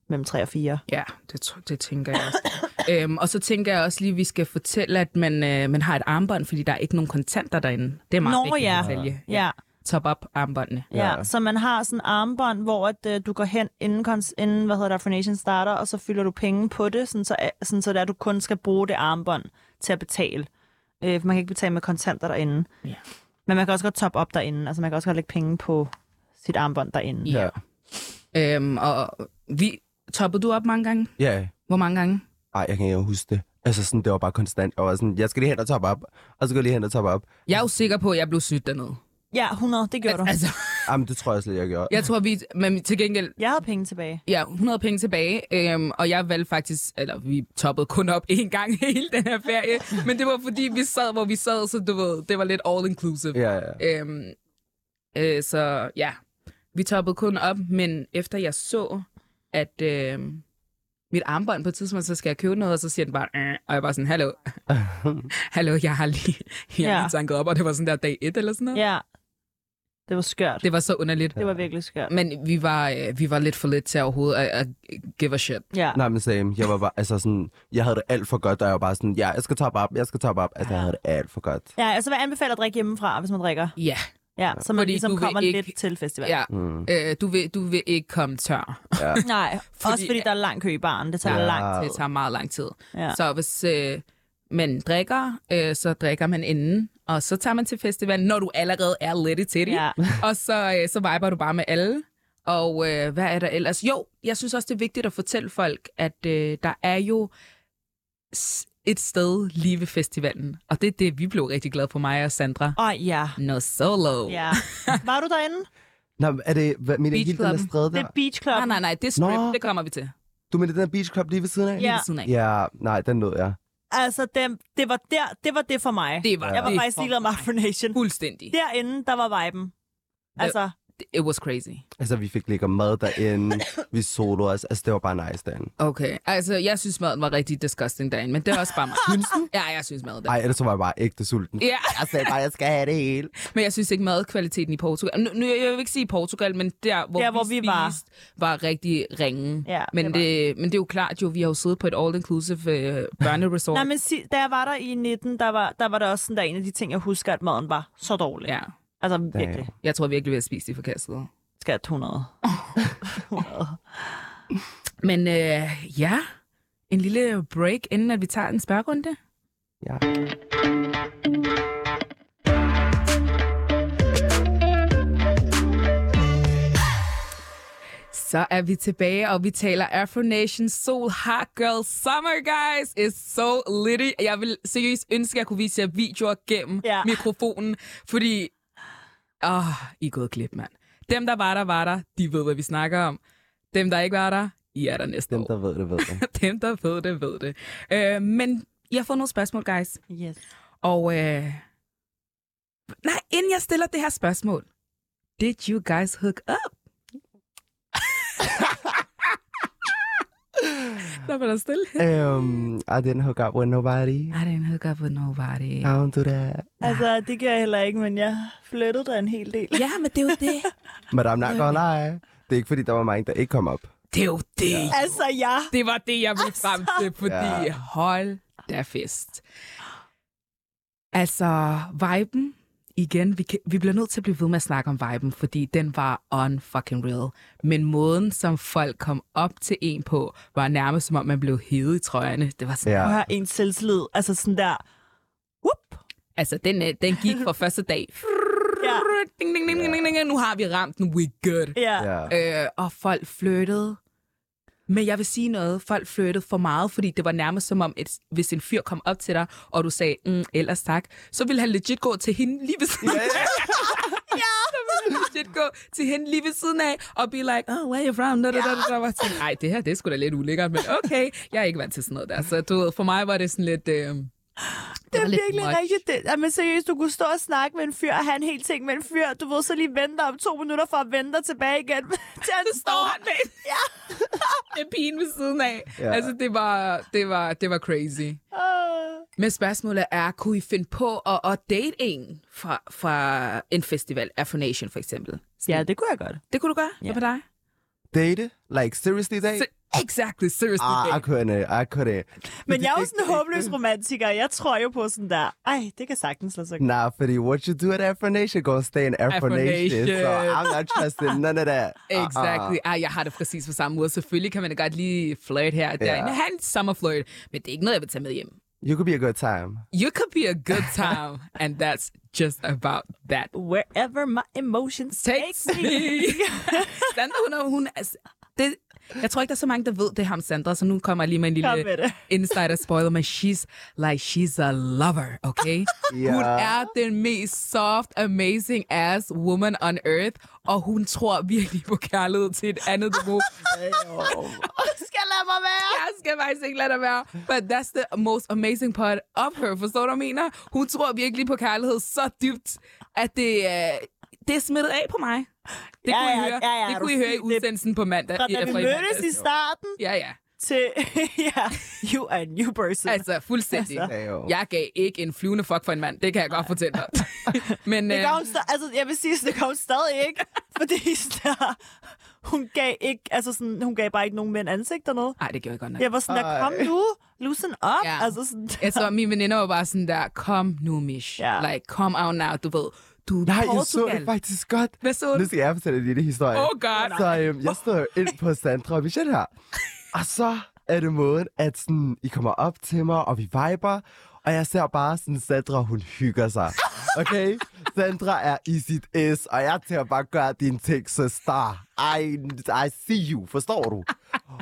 Speaker 3: mellem 3 og 4.
Speaker 1: Ja, det, tr- det tænker jeg også. [laughs] øhm, og så tænker jeg også lige, at vi skal fortælle, at man, øh, man har et armbånd, fordi der er ikke nogen kontanter derinde. Det er meget
Speaker 3: Nå,
Speaker 1: vigtigt
Speaker 3: ja.
Speaker 1: at sælge.
Speaker 3: Ja. ja.
Speaker 1: Top op armbåndene.
Speaker 3: Ja,
Speaker 2: Ja.
Speaker 3: så man har sådan en armbånd, hvor at, øh, du går hen inden, kons- inden hvad hedder det, Afronation starter, og så fylder du penge på det, sådan så, øh, sådan så det er, at du kun skal bruge det armbånd til at betale. Øh, for man kan ikke betale med kontanter derinde.
Speaker 1: Ja.
Speaker 3: Men man kan også godt toppe op derinde, altså man kan også godt lægge penge på sit armbånd derinde.
Speaker 1: Ja. Øhm, og vi, toppede du op mange gange?
Speaker 2: Ja,
Speaker 1: Hvor mange gange?
Speaker 2: Ej, jeg kan ikke huske det. Altså sådan, det var bare konstant. Jeg var sådan, jeg skal lige hen og toppe op. Og så går jeg lige hen og toppe op.
Speaker 1: Jeg er jo sikker på, at jeg blev sygt dernede.
Speaker 3: Ja, 100, det gjorde du.
Speaker 1: Altså,
Speaker 2: Jamen, det tror jeg slet, jeg gjorde.
Speaker 1: Jeg tror, vi... Men til gengæld,
Speaker 3: Jeg havde penge tilbage.
Speaker 1: ja, 100 penge tilbage, øhm, og jeg valgte faktisk, eller vi toppede kun op én gang [laughs] hele den her ferie, men det var fordi, vi sad, hvor vi sad, så du ved, det var lidt all-inclusive.
Speaker 2: Ja, [laughs] ja.
Speaker 1: Øhm, øh, så ja, vi toppede kun op, men efter jeg så, at øh, mit armbånd på et tidspunkt, så skal jeg købe noget, og så siger den bare, øh, og jeg var sådan, hallo, [laughs] hallo, jeg har lige, jeg har
Speaker 3: Ja.
Speaker 1: lige tanket op, og det var sådan der dag et eller sådan noget.
Speaker 3: Ja. Det var skørt.
Speaker 1: Det var så underligt.
Speaker 3: Det var virkelig skørt.
Speaker 1: Men vi var, øh, vi var lidt for lidt til overhovedet at, at give a shit.
Speaker 3: Ja.
Speaker 2: Nej, men same. Jeg var bare, altså sådan, jeg havde det alt for godt, og jeg var bare sådan, ja, jeg skal toppe op, jeg skal toppe op. Altså, jeg havde det alt for godt.
Speaker 3: Ja, og så vil jeg anbefale at drikke hjemmefra, hvis man drikker.
Speaker 1: Ja,
Speaker 3: Ja, så man
Speaker 1: Fordi du
Speaker 3: ligesom
Speaker 1: vil
Speaker 3: kommer
Speaker 1: ikke-
Speaker 3: lidt til festivalen.
Speaker 1: ja. Mm. Øh, du, vil, du vil ikke komme tør.
Speaker 3: Nej, fordi... også
Speaker 1: Fordi-
Speaker 3: fordi der er lang kø i baren. Det tager
Speaker 2: Ja.
Speaker 3: ja. lang tid.
Speaker 1: Det tager meget lang tid.
Speaker 3: Ja.
Speaker 1: Så hvis øh, man drikker, øh, så drikker man inden, og så tager man til festivalen, når du allerede er lidt til det.
Speaker 3: Ja.
Speaker 1: Og så, øh, så viber du bare med alle. Og øh, hvad er der ellers? Jo, jeg synes også, det er vigtigt at fortælle folk, at øh, der er jo s- et sted lige ved festivalen. Og det er det, vi blev rigtig glade for, mig og Sandra. [laughs]
Speaker 3: Åh, ja.
Speaker 1: No solo.
Speaker 3: ja. Var du derinde?
Speaker 1: [laughs]
Speaker 2: Nej, men er det, hvad, mener I
Speaker 1: Beach
Speaker 2: hele den der
Speaker 1: Clubben.
Speaker 2: stræde
Speaker 3: Det
Speaker 2: der?
Speaker 3: er Beach Club.
Speaker 1: Ah, Nej, nej, nej, det er strip,
Speaker 2: Nå.
Speaker 1: det kommer vi til.
Speaker 2: Du mener den der beach club lige ved siden af?
Speaker 1: Lige
Speaker 3: Ja.
Speaker 1: ved siden af.
Speaker 2: Ja, nej, den nåede jeg.
Speaker 3: Altså, det, det, var der, det var det for mig.
Speaker 1: Det var
Speaker 3: jeg var
Speaker 1: det
Speaker 3: faktisk
Speaker 1: for
Speaker 3: ligeglad med Afro Nation.
Speaker 1: Fuldstændig.
Speaker 3: Derinde, der var viben. Altså,
Speaker 1: It was crazy.
Speaker 2: Altså, vi fik ligger mad derinde, vi soloede os, altså, det var bare nice derinde.
Speaker 1: Okay, altså jeg synes maden var rigtig disgusting derinde, men det er også bare mig. Ja, jeg synes maden der.
Speaker 2: Ej, ellers så var jeg bare ægte sulten.
Speaker 1: Ja,
Speaker 2: Jeg sagde bare, jeg skal have det hele.
Speaker 1: men jeg synes ikke madkvaliteten i Portugal. Nu, nu jeg vil ikke sige Portugal, men der hvor,
Speaker 3: Der, hvor
Speaker 1: vi,
Speaker 3: vi var.
Speaker 1: spiste, var rigtig ringe.
Speaker 3: Ja,
Speaker 1: men,
Speaker 3: det
Speaker 1: det
Speaker 3: var
Speaker 1: men det er jo klart jo, vi har jo siddet på et all-inclusive øh,
Speaker 3: [laughs]
Speaker 1: børneresort.
Speaker 3: nej, men si- da jeg var der i 19, der var, der var det også sådan, der en af de ting, jeg husker, at maden var så dårlig.
Speaker 1: Ja,
Speaker 3: Altså, virkelig.
Speaker 1: jeg tror virkelig, vi har spist i forkastet.
Speaker 3: Skat
Speaker 1: [laughs]
Speaker 3: 200. 100.
Speaker 1: Men øh, ja, en lille break, inden at vi tager en spørgrunde.
Speaker 2: Ja.
Speaker 1: Så er vi tilbage, og vi taler Afro Nation Soul Hot Girl Summer, guys. It's so litty. Jeg vil seriøst ønske, at jeg kunne vise jer videoer gennem ja.
Speaker 3: Ja.
Speaker 1: mikrofonen, fordi... Åh, oh, I er gået glip, mand. Dem, der var der, var der. De ved, hvad vi snakker om. Dem, der ikke var der, I er der næste
Speaker 2: Dem,
Speaker 1: år.
Speaker 2: der ved det, ved det.
Speaker 1: Dem, der ved det, ved det. Øh, men jeg har fået nogle spørgsmål, guys.
Speaker 3: Yes.
Speaker 1: Og øh... nej, inden jeg stiller det her spørgsmål. Did you guys hook up? Der var der stille.
Speaker 2: um, I didn't hook up with nobody.
Speaker 1: I didn't hook up with nobody.
Speaker 2: I don't do that.
Speaker 3: Altså, det gør jeg heller ikke, men jeg flyttede der en hel del.
Speaker 1: Ja, men det er jo det.
Speaker 2: But I'm not gonna lie. Det er ikke, fordi der var mange, der ikke kom op.
Speaker 1: Det er jo det. Ja.
Speaker 3: Altså, ja.
Speaker 1: Det var det, jeg ville frem til, fordi ja.
Speaker 2: Ja.
Speaker 1: hold da fest. Altså, viben, igen, vi, kan, vi bliver nødt til at blive ved med at snakke om viben, fordi den var on fucking real. Men måden, som folk kom op til en på, var nærmest som om, man blev hævet i trøjerne. Det var sådan, ja.
Speaker 2: Ja.
Speaker 3: Og har en selvtillid. Altså, sådan der. Whoop.
Speaker 1: altså, den, øh, den gik fra første dag.
Speaker 3: Ja.
Speaker 1: Ding, ding, ding, ding, ding, ding, nu har vi ramt den, we good.
Speaker 3: Ja.
Speaker 2: Ja.
Speaker 1: Øh, og folk flyttede. Men jeg vil sige noget, folk flyttede for meget, fordi det var nærmest som om, et, hvis en fyr kom op til dig, og du sagde, mm, ellers tak, så ville han legit gå til hende lige ved siden af. [laughs] ja, så ville han legit gå til hende lige ved siden af, og be like, oh, where you from? Da, da, da, da, da. Var sådan, Ej, det her, det er sgu da lidt ulækkert, men okay, jeg er ikke vant til sådan noget der. Så du ved, for mig var det sådan lidt... Øh, det,
Speaker 3: Det
Speaker 1: var
Speaker 3: er
Speaker 1: lidt
Speaker 3: virkelig
Speaker 1: much.
Speaker 3: rigtigt. Det, jamen seriøst, du kunne stå og snakke med en fyr og have en hel ting med en fyr. Du ved så lige vente om to minutter for at vente dig tilbage igen, [laughs] til han
Speaker 1: står
Speaker 3: står.
Speaker 1: han med, ja. [laughs] med pigen ved siden af. Ja.
Speaker 2: Ja.
Speaker 1: Altså, det var, det, var, det var crazy.
Speaker 3: Øh.
Speaker 1: Men spørgsmålet er, kunne I finde på at, at date en fra, fra en festival, Afro Nation for eksempel?
Speaker 3: Ja, det kunne jeg godt.
Speaker 1: Det kunne du gøre? Ja. Hvad med dig?
Speaker 2: Date? Like, seriously date?
Speaker 1: Se- exactly, seriously.
Speaker 2: Ah, I
Speaker 1: date.
Speaker 2: couldn't, I couldn't.
Speaker 3: Men jeg er jo sådan en
Speaker 2: Ikke-
Speaker 3: håbløs romantiker. Jeg tror jo på sådan der, ej, det kan sagtens lade sig gøre.
Speaker 2: Nah, fordi what you do at Afro Nation gonna stay in Afro,
Speaker 1: Afro
Speaker 2: Nation,
Speaker 1: Nation.
Speaker 2: so I'm not trusting none of
Speaker 1: [laughs]
Speaker 2: that. Uh-uh.
Speaker 1: Exactly. Ah, jeg har det præcis på samme måde. Selvfølgelig kan man da godt lige flirt her og der. Yeah. Han sommerflirt, men det er ikke noget, jeg vil tage med hjem.
Speaker 2: You could be a good time.
Speaker 1: You could be a good time, and that's just about that.
Speaker 3: Wherever my
Speaker 1: [laughs]
Speaker 3: emotions [laughs]
Speaker 1: Takes me. Sandra, hun, er- hun, altså, det, Jeg tror ikke, der er så mange, der ved, det er ham, Sandra, så nu kommer jeg lige med en
Speaker 3: Kom
Speaker 1: [laughs]
Speaker 3: med
Speaker 1: lille
Speaker 3: det.
Speaker 1: insider spoiler, men she's like, she's a lover, okay?
Speaker 2: Ja.
Speaker 1: Hun er den mest soft, amazing ass woman on earth, og hun tror virkelig på kærlighed til et andet niveau.
Speaker 3: skal lade mig være.
Speaker 1: [laughs] jeg skal faktisk ikke lade dig være. But that's the most amazing part of her, forstår du, hvad jeg mener? Hun tror virkelig på kærlighed så dybt, at det, øh, det er smittet af på mig. Det
Speaker 3: Ja,
Speaker 1: kunne I
Speaker 3: ja,
Speaker 1: høre,
Speaker 3: ja, ja, er
Speaker 1: det
Speaker 3: du
Speaker 1: kunne I høre i
Speaker 3: syg? Det-
Speaker 1: udsendelsen på mandag.
Speaker 3: Fra
Speaker 1: i-
Speaker 3: da vi
Speaker 1: fra i
Speaker 3: mødtes i
Speaker 1: mandags.
Speaker 3: starten
Speaker 1: Ja, ja.
Speaker 3: til, [laughs] ja, you are a new person. Altså,
Speaker 1: Altså, fuldstændig.
Speaker 2: Ja, jo.
Speaker 1: Jeg gav ikke en flyvende fuck for en mand. Det kan jeg godt fortælle dig.
Speaker 3: [laughs]
Speaker 1: Men,
Speaker 3: det
Speaker 1: øh,
Speaker 3: gør hun sta- altså, jeg vil sige, at det gør hun stadig
Speaker 1: [laughs]
Speaker 3: ikke, fordi der, hun gav ikke, altså sådan, hun gav bare ikke nogen mænd ansigt og noget.
Speaker 1: ej, det gjorde jeg godt nok.
Speaker 3: Jeg var sådan der, kom
Speaker 2: Ej.
Speaker 3: nu, loosen up.
Speaker 1: Ja.
Speaker 3: Altså sådan,
Speaker 1: Altså, min veninde var bare sådan der, kom nu, Mish.
Speaker 3: Ja.
Speaker 1: Like, come out now, du ved. Du er
Speaker 2: Nej, jeg så
Speaker 1: Portugal.
Speaker 2: det faktisk godt.
Speaker 1: Hvad så du?
Speaker 2: Nu skal jeg fortælle en lille historie.
Speaker 1: Oh god.
Speaker 2: Så øhm, jeg stod jo ind på Sandra og Michelle her. Og så er det måden, at sådan, I kommer op til mig, og vi viber. Og jeg ser bare sådan, Sandra, hun hygger sig. Okay? Sandra er i sit S, og jeg tager bare gøre din ting, så star. I, I see you, forstår du?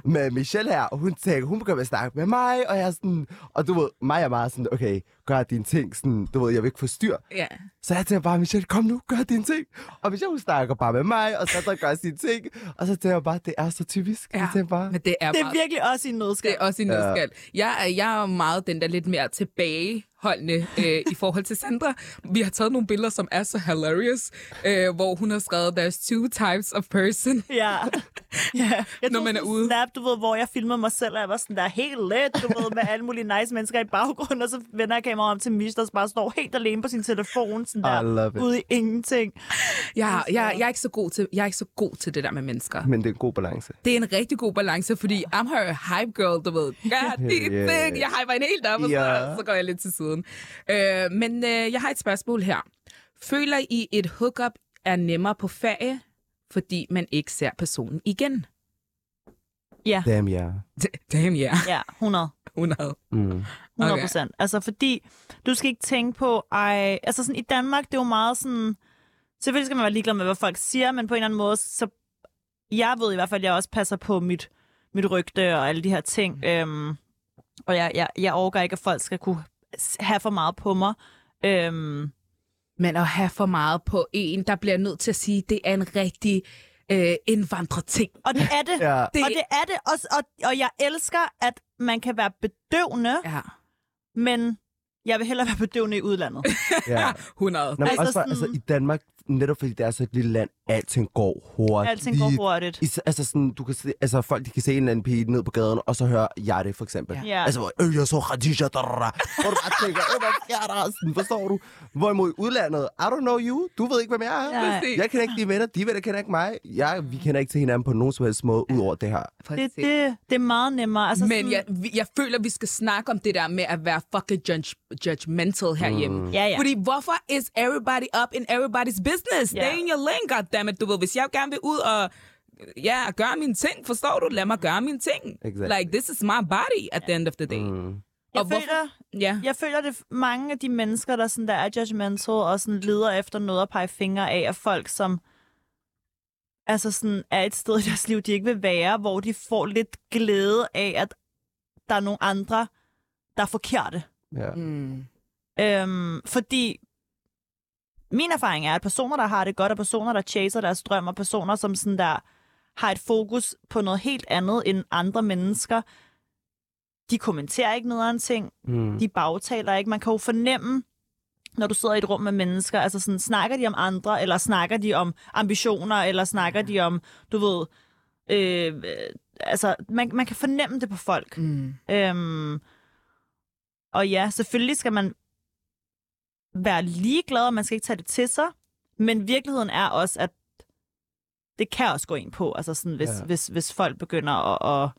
Speaker 2: Men Michelle her, hun tænker, hun begynder at snakke med mig, og jeg er sådan, og du ved, mig er meget sådan, okay, gør dine ting, sådan, du ved, jeg vil ikke forstyrre.
Speaker 1: Ja.
Speaker 2: Så jeg tænker bare, Michelle, kom nu, gør dine ting. Og Michelle, hun snakker bare med mig, og Sandra gør sine ting. Og så tænker jeg bare, det er så typisk. Ja. Jeg tænker bare,
Speaker 1: Men det er
Speaker 3: [laughs] det
Speaker 1: bare
Speaker 3: er virkelig også i en nødskal.
Speaker 1: Det er også en nødskal. Jeg, er- jeg er jo meget den der lidt mere tilbageholdende øh, i forhold til Sandra. Vi har taget nogle billeder, som er så hilarious, øh, hvor hun har skrevet, there's two types of person. [laughs]
Speaker 3: Ja. ja. Jeg
Speaker 1: Når
Speaker 3: tog
Speaker 1: man er
Speaker 3: sådan en
Speaker 1: ude.
Speaker 3: Snap, du ved, hvor jeg filmer mig selv, og jeg var sådan der helt let, du ved, med alle mulige nice mennesker i baggrunden, og så vender jeg kameraet om til Mish, der bare står helt alene på sin telefon, sådan
Speaker 2: I love it.
Speaker 3: der, ude i ingenting.
Speaker 1: Jeg, jeg, jeg, er ikke så god til, jeg er ikke så god til det der med mennesker.
Speaker 2: [laughs] men det er en god balance.
Speaker 1: Det er en rigtig god balance, fordi I'm her hype girl, du ved. Gør det
Speaker 2: Yeah.
Speaker 1: ting. Jeg hyper en helt op, og så,
Speaker 2: Ja.
Speaker 1: så går jeg lidt til siden. Øh, men øh, jeg har et spørgsmål her. Føler I, et hookup er nemmere på ferie, fordi man ikke ser personen igen?
Speaker 2: Damn, ja. Yeah.
Speaker 1: Damn [laughs] yeah.
Speaker 3: Ja, 100.
Speaker 1: 100.
Speaker 2: Mm.
Speaker 3: 100
Speaker 1: Okay.
Speaker 3: procent. Altså, fordi du skal ikke tænke på, ej, altså sådan i Danmark, det er jo meget sådan, selvfølgelig skal man være ligeglad med, hvad folk siger, men på en eller anden måde, så jeg ved i hvert fald, at jeg også passer på mit, mit rygte og alle de her
Speaker 1: Mm.
Speaker 3: ting. Øhm, og jeg, jeg, jeg overgår ikke, at folk skal kunne s- have for meget på mig. Øhm,
Speaker 1: Men at have for meget på en, der bliver nødt til at sige, det er en rigtig øh, indvandrerting.
Speaker 3: og det er det.
Speaker 2: Ja.
Speaker 1: Det-
Speaker 3: Og det er det. Og, og, og jeg elsker, at man kan være bedøvende,
Speaker 1: Ja,
Speaker 3: men jeg vil hellere være bedøvende i udlandet. [laughs]
Speaker 2: ja.
Speaker 1: 100.
Speaker 2: Nå, men
Speaker 3: Altså
Speaker 2: altså, også bare,
Speaker 3: sådan-
Speaker 2: altså, i Danmark, netop fordi det er så et lille land, alting går hurtigt.
Speaker 3: Alting går hurtigt.
Speaker 2: Is- altså sådan, du kan se, altså folk de kan se en eller anden pige ned på gaden, og så hører jeg det for eksempel.
Speaker 1: Ja.
Speaker 3: Ja.
Speaker 2: Altså, hvor, øh, jeg så Khadija, darra. Hvor du bare tænker, øh, hvad sker der? Sådan, forstår du? Hvorimod i udlandet, I don't know you, du ved ikke, hvem jeg er.
Speaker 3: Ja.
Speaker 1: Præcis.
Speaker 2: Jeg kender ikke dine venner, de venner kender ikke mig. Jeg, vi kender ikke til hinanden på nogen som helst måde, ud over det her.
Speaker 3: Det, det, det er meget nemmere. Altså,
Speaker 1: Men
Speaker 3: sådan,
Speaker 1: jeg, vi- jeg føler, vi skal snakke om det der med at være fucking judge, judgmental herhjemme. Mm.
Speaker 3: Ja, ja.
Speaker 1: Fordi hvorfor is everybody up in everybody's business?
Speaker 3: Ja.
Speaker 1: Yeah. Det er in your lane, goddammit. Du ved, hvis jeg gerne vil ud og ja, gøre mine ting, forstår du? Lad mig gøre mine ting.
Speaker 2: Exactly.
Speaker 1: Like, this is my body at the end of the day. Mm.
Speaker 3: jeg
Speaker 1: og hvorfor-
Speaker 3: føler,
Speaker 1: Ja.
Speaker 3: Jeg føler, at mange af de mennesker, der, sådan, der er judgmental og sådan, leder efter noget at pege fingre af, er folk, som altså sådan, er et sted i deres liv, de ikke vil være, hvor de får lidt glæde af, at der er nogle andre, der er forkerte.
Speaker 2: Ja.
Speaker 1: Mm.
Speaker 3: Øhm, fordi min erfaring er, at personer, der har det godt, og personer, der chaser deres drøm, og personer, som sådan der har et fokus på noget helt andet end andre mennesker, de kommenterer ikke nederen ting,
Speaker 2: Mm.
Speaker 3: de bagtaler ikke. Man kan jo fornemme, når du sidder i et rum med mennesker, altså sådan, snakker de om andre, eller snakker de om ambitioner, eller snakker de om, du ved, øh, øh, altså, man, man kan fornemme det på folk.
Speaker 1: Mm.
Speaker 3: Øhm, og ja, selvfølgelig skal man være ligeglad, og man skal ikke tage det til sig, men virkeligheden er også, at det kan også gå ind på, altså sådan, hvis, ja.
Speaker 2: Ja.
Speaker 3: hvis, hvis folk begynder at, at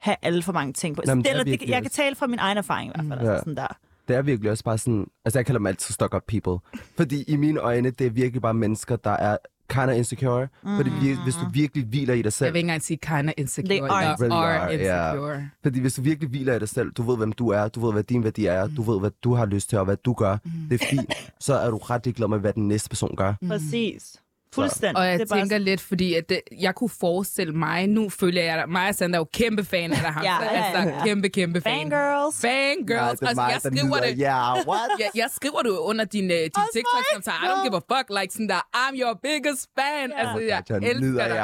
Speaker 3: have alle for mange ting på.
Speaker 2: Nå, men det er
Speaker 3: Eller det,
Speaker 2: virkelig
Speaker 3: jeg kan
Speaker 2: også-
Speaker 3: tale fra min egen erfaring i hvert fald,
Speaker 2: Mm.
Speaker 3: ja.
Speaker 2: Ja.
Speaker 3: altså sådan der.
Speaker 2: Det er virkelig også bare sådan, altså jeg kalder dem altid stock up people. Fordi i mine øjne, det er virkelig bare mennesker, der er kind of insecure. Mm. Fordi vi- hvis du virkelig hviler i dig
Speaker 1: Jeg
Speaker 2: selv,
Speaker 1: vil ikke engang sige kinda insecure.
Speaker 3: They are.
Speaker 1: They are
Speaker 2: Really are,
Speaker 1: insecure. Yeah.
Speaker 2: Fordi hvis du virkelig hviler i dig selv, du ved, hvem du er, du ved, hvad din værdi er,
Speaker 1: Mm.
Speaker 2: du ved, hvad du
Speaker 3: Mm-hmm.
Speaker 2: har lyst til, og hvad du gør, det er fint, så er du ret ligeglad med, hvad den næste person gør.
Speaker 3: Præcis. Fuldstændig.
Speaker 1: Og jeg
Speaker 3: det er
Speaker 1: tænker lidt, fordi at det, jeg kunne forestille mig, nu følger jeg dig. Mig og Sandra er jo kæmpe fan af dig, ham.
Speaker 3: Ja, ja,
Speaker 1: altså,
Speaker 3: ja.
Speaker 1: kæmpe, kæmpe fan.
Speaker 3: Fangirls.
Speaker 2: Nej,
Speaker 1: Fangirls.
Speaker 2: det er
Speaker 1: altså,
Speaker 2: mig,
Speaker 1: jeg
Speaker 2: der
Speaker 1: skriver
Speaker 2: nyder.
Speaker 1: det.
Speaker 2: Ja,
Speaker 1: [laughs]
Speaker 2: yeah, what?
Speaker 1: Jeg, jeg skriver det jo under din, øh, din
Speaker 3: Også
Speaker 1: TikTok,
Speaker 3: mig.
Speaker 1: som tager, I don't give a fuck, like sådan der, I'm your biggest fan.
Speaker 3: Ja.
Speaker 1: Altså, jeg,
Speaker 2: Jeg
Speaker 1: elsker
Speaker 2: nyder
Speaker 1: dig.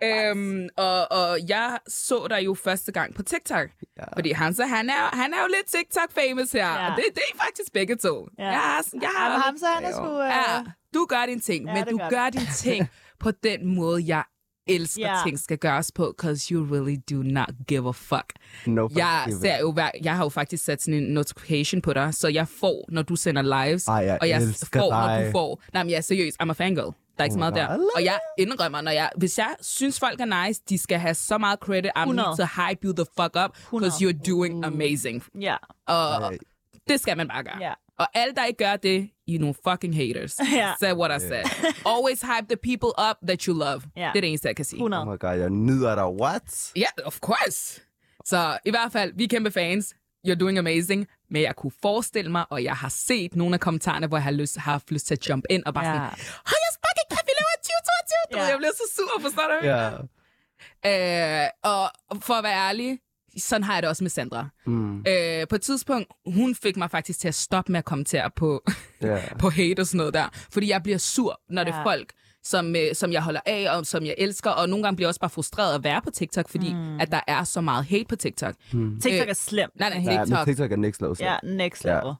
Speaker 2: jer.
Speaker 1: Øhm, og, og jeg så dig jo første gang på TikTok.
Speaker 2: Ja.
Speaker 1: Fordi Hansa, han er, han er jo lidt TikTok-famous her.
Speaker 3: Ja.
Speaker 1: Ja. Og det, det er I faktisk begge to.
Speaker 3: Ja.
Speaker 1: Ja. Jeg, har sådan- jeg
Speaker 3: Jamen,
Speaker 1: har,
Speaker 3: ham så han er
Speaker 2: Ja.
Speaker 3: sgu...
Speaker 1: ja,
Speaker 3: Øh,
Speaker 1: du gør din ting,
Speaker 3: Ja,
Speaker 1: men
Speaker 3: det
Speaker 1: du
Speaker 3: gør
Speaker 1: gør
Speaker 3: [laughs]
Speaker 1: din ting på den måde, jeg elsker
Speaker 3: Ja.
Speaker 1: ja. ting skal gøres på, because you really do not give a fuck.
Speaker 2: No
Speaker 1: Jeg,
Speaker 2: forgiving.
Speaker 1: ser jo, hver- jeg har jo faktisk sat sådan en notification på dig, så jeg får, når du sender lives,
Speaker 2: Ej, jeg
Speaker 1: og jeg
Speaker 2: elsker
Speaker 1: får, når du
Speaker 2: dig.
Speaker 1: får... Nej, men jeg er seriøst, I'm a fangirl. Der er ikke så meget
Speaker 2: my
Speaker 1: der.
Speaker 2: God.
Speaker 1: Og jeg indrømmer, når jeg, hvis jeg synes, folk er nice, de skal have så meget credit. I'm
Speaker 3: 100.
Speaker 1: need to hype you the fuck up,
Speaker 3: 100.
Speaker 1: because you're doing amazing.
Speaker 3: ja,
Speaker 1: Og
Speaker 2: Ej.
Speaker 1: det skal man bare gøre.
Speaker 3: Ja.
Speaker 1: Og alle, der ikke gør det, you know fucking haters.
Speaker 3: [laughs] Ja.
Speaker 1: Said what I
Speaker 2: [laughs]
Speaker 1: said. Always hype the people up that you love.
Speaker 3: Ja.
Speaker 1: Det er det eneste, jeg kan sige.
Speaker 3: 100.
Speaker 2: Oh my god, jeg nyder dig. What?
Speaker 1: Ja, yeah, of course. Så i hvert fald, vi er kæmpe fans. You're doing amazing. Men jeg kunne forestille mig, og jeg har set nogle af kommentarerne, hvor jeg har, lyst, har haft lyst til at jump ind og bare
Speaker 3: Ja.
Speaker 1: ja. sådan, hold jeg sparker ikke, at vi laver 2022. Du
Speaker 3: Ja.
Speaker 1: ved, Jeg bliver så sur, forstår du?
Speaker 2: Ja.
Speaker 1: Øh, og for at være ærlig, sådan har jeg det også med Sandra.
Speaker 2: Mm,
Speaker 1: Øh, på et tidspunkt, hun fik mig faktisk til at stoppe med at kommentere på,
Speaker 2: Ja.
Speaker 1: på hate og sådan noget der. Fordi jeg bliver sur, når det
Speaker 3: Ja.
Speaker 1: er folk, som, øh, som jeg holder af, og som jeg elsker. Og nogle gange bliver jeg også bare frustreret at være på TikTok, fordi mm. at der er så meget hate på TikTok. Mm.
Speaker 3: TikTok er slemt.
Speaker 1: Nej, nej,
Speaker 2: ja, men
Speaker 1: TikTok.
Speaker 2: TikTok er next level. så.
Speaker 3: Mm-hmm. Ja, next level.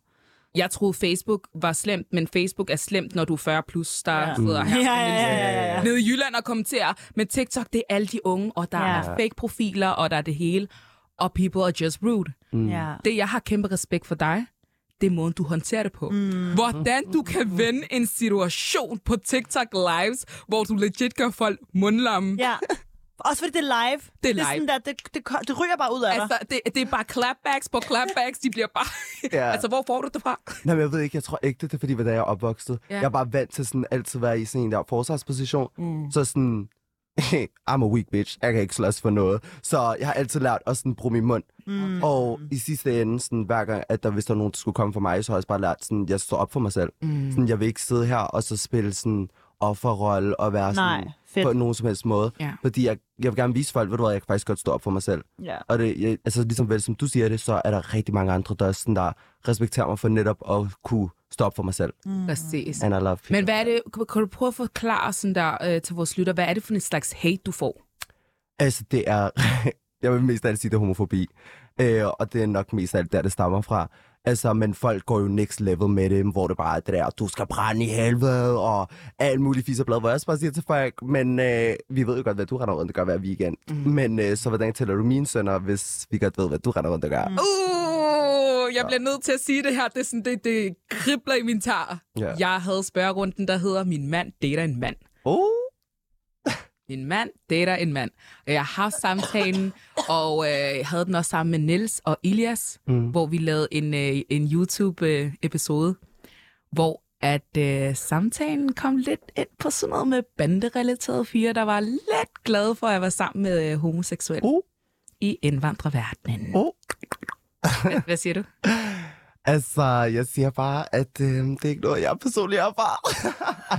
Speaker 1: Jeg troede, Facebook var slemt, men Facebook er slemt, når du er 40 plus, der
Speaker 3: Ja. Mm.
Speaker 1: ja. sidder her
Speaker 3: Ja, ja, ja, ja, ja.
Speaker 1: nede i Jylland og kommenterer. Men TikTok, det er alle de unge, og der
Speaker 3: Ja.
Speaker 1: ja. er fake-profiler, og der er det hele. Og people are just rude.
Speaker 3: ja.
Speaker 1: Det, jeg har kæmpe respekt for dig, det er måden, du håndterer det på. Mm. Hvordan du kan vende en situation på TikTok Lives, hvor du legit gør folk mundlamme.
Speaker 3: Ja. Også fordi det er live. Det
Speaker 1: live.
Speaker 3: sådan der, det, det, ko- det ryger bare ud af dig.
Speaker 1: Altså, det, det er bare clapbacks på clapbacks. De bliver bare...
Speaker 2: Ja.
Speaker 1: altså, hvor får du det fra?
Speaker 2: Nej, men jeg ved ikke, jeg tror ægte, det er fordi, hvordan jeg er opvokset.
Speaker 1: Ja.
Speaker 2: Jeg er bare vant til sådan altid være i sådan en der forsvarsposition. Mm. Så sådan, [laughs] I'm a weak bitch. Jeg kan ikke slås for noget. Så jeg har altid lært at sådan bruge min mund. Mm. Og i sidste ende, sådan, hver gang, at der, hvis der er nogen, der skulle komme for mig, så har jeg også bare lært, sådan, jeg står op for mig selv. Mm. Sådan, jeg vil ikke sidde her og så spille sådan offerrolle og være sådan
Speaker 3: Nej, fedt.
Speaker 2: på nogen som helst måde.
Speaker 1: Ja.
Speaker 2: Fordi jeg, jeg vil gerne vise folk, ved du hvad, jeg kan faktisk godt stå op for mig selv.
Speaker 3: Ja.
Speaker 2: Og det, jeg, altså ligesom vel, som du siger det, så er der rigtig mange andre, der, er sådan, der respekterer mig for netop at kunne stå op for mig selv. Mm.
Speaker 1: Præcis.
Speaker 2: And I love people.
Speaker 1: Men hvad er det, kan- kan du prøve at forklare sådan der, øh, til vores lytter, hvad er det for en slags hate, du får?
Speaker 2: Altså, det er... [laughs] jeg vil mest af alt sige, det er homofobi. Øh, og det er nok mest af alt der, det stammer fra. Altså, men folk går jo next level med det, hvor det bare er det der, du skal brænde i helvede, og alt muligt fis og blad, hvor jeg også bare siger til folk, men øh, vi ved jo godt, hvad du render rundt og gør hver weekend. Mm. Men øh, så hvordan tæller du mine sønner, hvis vi godt ved, hvad du render rundt og gør? Mm.
Speaker 1: Uh, jeg bliver nødt til at sige det her. Det, er sådan, det, det kribler i min tar.
Speaker 2: Ja.
Speaker 1: Jeg havde spørgerunden, der hedder, min mand dater en mand.
Speaker 2: Oh,
Speaker 1: Min mand dater en mand. Og jeg har haft samtalen, og øh, havde den også sammen med Nils og Ilias, mm. hvor vi lavede en, øh, en YouTube-episode, hvor at øh, samtalen kom lidt ind på sådan noget med banderelaterede fyre, der var lidt glade for, at jeg var sammen med øh, homoseksuelle
Speaker 2: Uh.
Speaker 1: i indvandrerverdenen.
Speaker 2: oh. Uh.
Speaker 1: Hvad, hvad siger du?
Speaker 2: Altså, jeg siger bare, at øh, det er ikke noget, jeg personligt har erfaret.
Speaker 1: [laughs]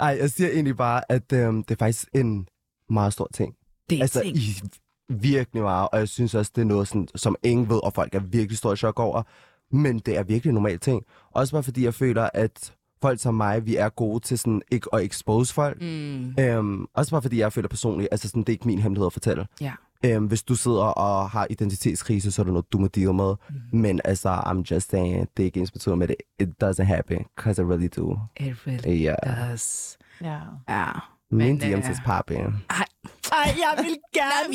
Speaker 2: Ej, jeg siger egentlig bare, at øh, det er faktisk en meget stor ting.
Speaker 1: Det er
Speaker 2: altså,
Speaker 1: ting.
Speaker 2: I, virkelig meget, og jeg synes også, det er noget, sådan, som ingen ved, og folk er virkelig stor i chok over. Men det er virkelig en normal ting. Også bare fordi, jeg føler, at folk som mig, vi er gode til sådan, ikke at expose folk.
Speaker 1: Mm,
Speaker 2: Øhm, også bare fordi, jeg føler personligt, altså sådan, det er ikke min hemmelighed at fortælle.
Speaker 1: ja.
Speaker 2: Øhm, hvis du sidder og har identitetskrise, så er der noget, du må deal med.
Speaker 3: Mm-hmm.
Speaker 2: Mm. Men altså, I'm just saying, det er ikke ens betydende med det. It doesn't happen, because I really do.
Speaker 1: It really
Speaker 2: Yeah.
Speaker 1: does.
Speaker 3: ja.
Speaker 1: Ja.
Speaker 2: Min
Speaker 1: Men,
Speaker 2: DM's
Speaker 1: øh,
Speaker 2: is popping.
Speaker 3: Ej, jeg vil gerne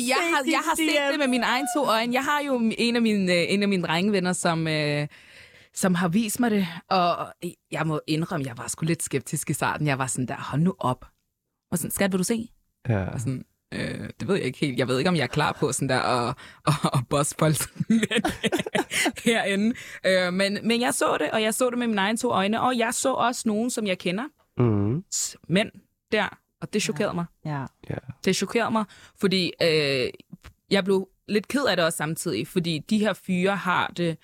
Speaker 1: [laughs] Jamen, jeg,
Speaker 3: se
Speaker 1: har,
Speaker 3: din
Speaker 1: jeg har set
Speaker 3: DM.
Speaker 1: det med mine egne to øjne. Jeg har jo en af mine, øh, en af mine drengevenner, som, øh, som har vist mig det. Og jeg må indrømme, jeg var sgu lidt skeptisk i starten. Jeg var sådan der, hold nu op. Og sådan, skat, vil du se?
Speaker 2: Ja.
Speaker 3: altså-
Speaker 1: Og sådan, øh, det ved jeg ikke helt. Jeg ved ikke, om jeg er klar på sådan der at, at, at bosse folk [laughs] herinde. Øh, men, men jeg så det, og jeg så det med mine egne to øjne. Og jeg så også nogen, som jeg kender.
Speaker 2: Mm.
Speaker 1: Mænd der. Og det chokerede mig.
Speaker 3: Ja.
Speaker 1: Det chokerede mig, fordi øh, jeg blev lidt ked af det også samtidig, fordi de her fyre har det...